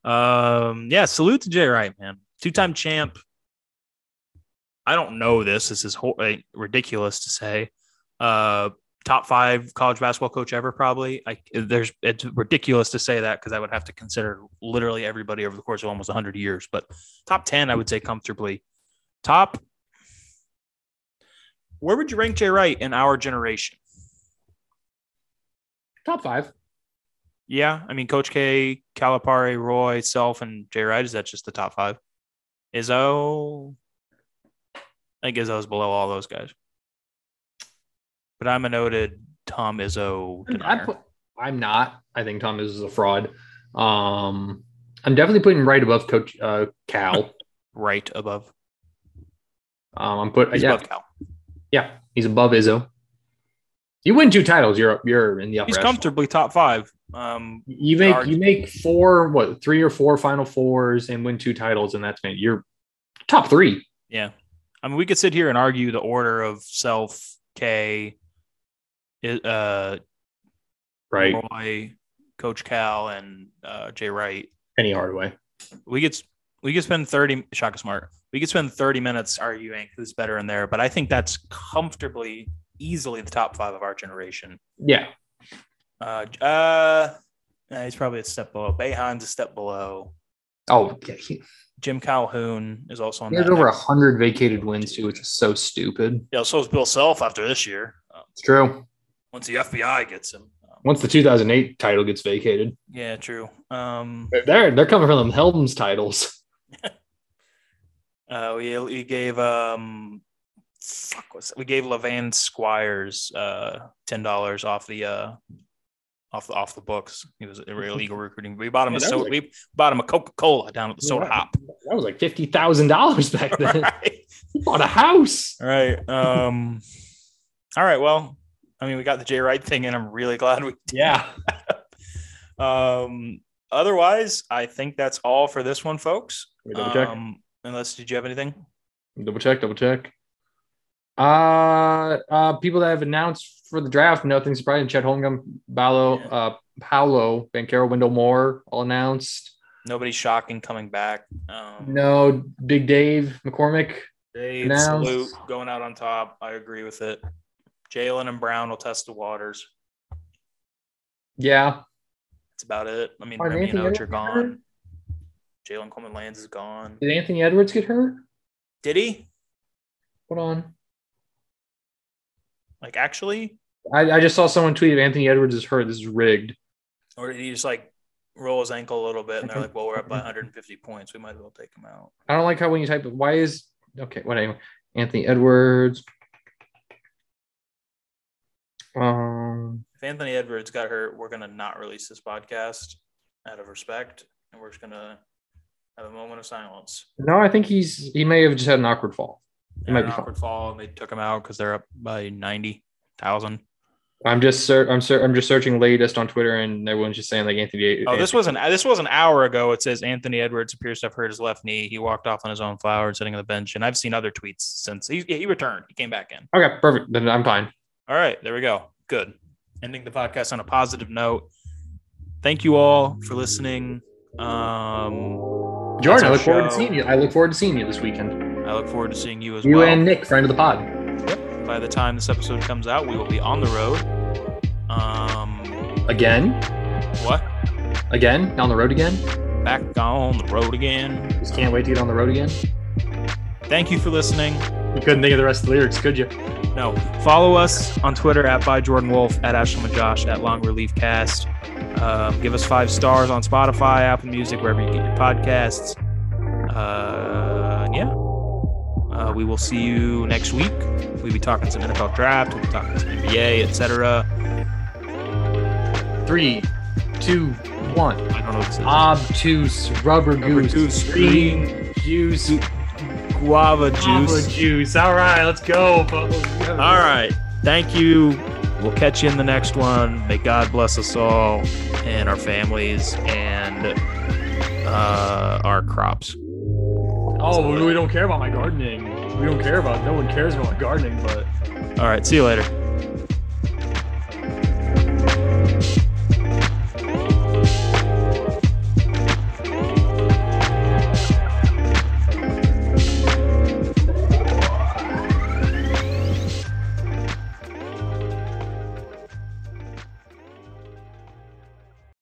[SPEAKER 1] Um, yeah, salute to Jay Wright, man. Two time champ. I don't know this. This is whole, like, ridiculous to say. Uh, top five college basketball coach ever, probably. I, there's it's ridiculous to say that because I would have to consider literally everybody over the course of almost 100 years. But top 10, I would say comfortably. Top. Where would you rank Jay Wright in our generation?
[SPEAKER 2] Top five.
[SPEAKER 1] Yeah, I mean, Coach K, Calipari, Roy, Self, and Jay Wright. Is that just the top five? Izzo, I think Izzo's below all those guys. But I'm a noted Tom Izzo
[SPEAKER 2] I
[SPEAKER 1] denier.
[SPEAKER 2] put, I'm not. I think Tom is a fraud. Um, I'm definitely putting right above Coach uh, Cal.
[SPEAKER 1] right above.
[SPEAKER 2] Um, I'm put.
[SPEAKER 1] He's
[SPEAKER 2] yeah,
[SPEAKER 1] above Cal.
[SPEAKER 2] yeah. He's above Izzo. You win two titles. You're you're in the upper.
[SPEAKER 1] He's
[SPEAKER 2] echelon.
[SPEAKER 1] comfortably top five. Um,
[SPEAKER 2] You make
[SPEAKER 1] Guard.
[SPEAKER 2] you make four what three or four Final Fours and win two titles, and that's man, you're top three.
[SPEAKER 1] yeah, I mean, we could sit here and argue the order of Self, K, I- uh, Roy, Coach Cal, and uh, Jay Wright.
[SPEAKER 2] Penny Hardaway.
[SPEAKER 1] we could we could spend 30 shaka smart we could spend 30 minutes arguing who's better in there but i think that's comfortably easily the top five of our generation
[SPEAKER 2] Yeah,
[SPEAKER 1] uh uh nah, he's probably a step below Behan's a step below
[SPEAKER 2] Oh, yeah, he,
[SPEAKER 1] jim calhoun is also on
[SPEAKER 2] he has
[SPEAKER 1] that
[SPEAKER 2] over
[SPEAKER 1] next-
[SPEAKER 2] hundred vacated wins too, which is so stupid.
[SPEAKER 1] yeah so is bill self after this year uh,
[SPEAKER 2] It's true.
[SPEAKER 1] once the fbi gets him Um,
[SPEAKER 2] Once the 2008 title gets vacated,
[SPEAKER 1] yeah true um
[SPEAKER 2] they're they're coming from them Helms titles.
[SPEAKER 1] Uh, we, we gave um, fuck was we gave Levan Squires uh ten dollars off the uh off the off the books. He was illegal recruiting. We bought him
[SPEAKER 2] Yeah,
[SPEAKER 1] a
[SPEAKER 2] that was
[SPEAKER 1] soda.
[SPEAKER 2] like-
[SPEAKER 1] we bought him a Coca Cola down at the soda
[SPEAKER 2] Yeah.
[SPEAKER 1] hop.
[SPEAKER 2] That was like fifty thousand dollars back
[SPEAKER 1] All
[SPEAKER 2] then.
[SPEAKER 1] right.
[SPEAKER 2] he bought a house.
[SPEAKER 1] All right. Um. all right. Well, I mean, we got the Jay Wright thing, and I'm really glad we.
[SPEAKER 2] Yeah,
[SPEAKER 1] Um. Otherwise, I think that's all for this one, folks.
[SPEAKER 2] Let me double check.
[SPEAKER 1] Um. Unless, did you have anything?
[SPEAKER 2] double check, double check. Uh, uh, people that have announced for the draft, nothing surprising. Chet Holmgren, Paolo,
[SPEAKER 1] Yeah.
[SPEAKER 2] uh, Paolo Bancaro, Wendell Moore, all announced.
[SPEAKER 1] Nobody shocking coming back. Um,
[SPEAKER 2] No, Big Dave McCormick.
[SPEAKER 1] They
[SPEAKER 2] Now-
[SPEAKER 1] salute going out on top. I agree with it. Jalen and Brown will test the waters.
[SPEAKER 2] Yeah,
[SPEAKER 1] That's about it. I mean,
[SPEAKER 2] Are
[SPEAKER 1] Remy and
[SPEAKER 2] Anthony
[SPEAKER 1] Oach are
[SPEAKER 2] Edwards
[SPEAKER 1] gone. Jalen Coleman Lands is gone.
[SPEAKER 2] did Anthony Edwards get hurt?
[SPEAKER 1] Did he?
[SPEAKER 2] Hold on.
[SPEAKER 1] Like actually,
[SPEAKER 2] I, I just saw someone tweet if Anthony Edwards is hurt, this is rigged.
[SPEAKER 1] or did he just like roll his ankle a little bit and they're like, "Well, we're up by 150 points. We might as well take him out."
[SPEAKER 2] I don't like how when you type, why is okay? What anyway? Anthony Edwards. Um,
[SPEAKER 1] If Anthony Edwards got hurt, we're gonna not release this podcast out of respect, and we're just gonna have a moment of silence.
[SPEAKER 2] no, I think he's he may have just had an awkward fall. It
[SPEAKER 1] Had an
[SPEAKER 2] might be fine.
[SPEAKER 1] awkward fall, and they took him out because they're up by 90 thousand.
[SPEAKER 2] I'm just ser- I'm ser- I'm just searching latest on Twitter, and everyone's just saying like Anthony.
[SPEAKER 1] Oh, this was an this was an hour ago. It says Anthony Edwards appears to have hurt his left knee. He walked off on his own flower, sitting on the bench. And I've seen other tweets since he he returned. He came back in.
[SPEAKER 2] okay, perfect. Then I'm fine.
[SPEAKER 1] All right, there we go. Good. Ending the podcast on a positive note. Thank you all for listening. Um,
[SPEAKER 2] Jordan, I
[SPEAKER 1] our
[SPEAKER 2] look forward to
[SPEAKER 1] show.
[SPEAKER 2] seeing you. I look forward to seeing you this weekend.
[SPEAKER 1] I look forward to seeing you as
[SPEAKER 2] You
[SPEAKER 1] well.
[SPEAKER 2] and Nick, friend of the pod,
[SPEAKER 1] By the time this episode comes out, we will be on the road. Um,
[SPEAKER 2] again,
[SPEAKER 1] what?
[SPEAKER 2] again, on the road again.
[SPEAKER 1] Back on the road again.
[SPEAKER 2] Just can't wait to get on the road again.
[SPEAKER 1] Thank you for listening.
[SPEAKER 2] You couldn't think of the rest of the lyrics, could you?
[SPEAKER 1] No. Follow us on Twitter at by Jordan Wolf, at Ashlam and Josh, at Long Relief Cast. Um, give us five stars on Spotify, Apple Music, wherever you get your podcasts. Uh, yeah. Uh, we will see you next week. We'll be talking some NFL draft, we'll be talking some NBA, etc.
[SPEAKER 2] Three, two, one.
[SPEAKER 1] I don't know if this is
[SPEAKER 2] Ah, Obtuse rubber goose.
[SPEAKER 1] Obtuse
[SPEAKER 2] green juice.
[SPEAKER 1] guava juice.
[SPEAKER 2] Juice. juice. All right, let's go. folks.
[SPEAKER 1] All right. Thank you. We'll catch you in the next one. May God bless us all and our families and uh, our crops.
[SPEAKER 2] Oh, we don't care about my gardening. We don't care about. No one cares about my gardening, but.
[SPEAKER 1] All right. See you later.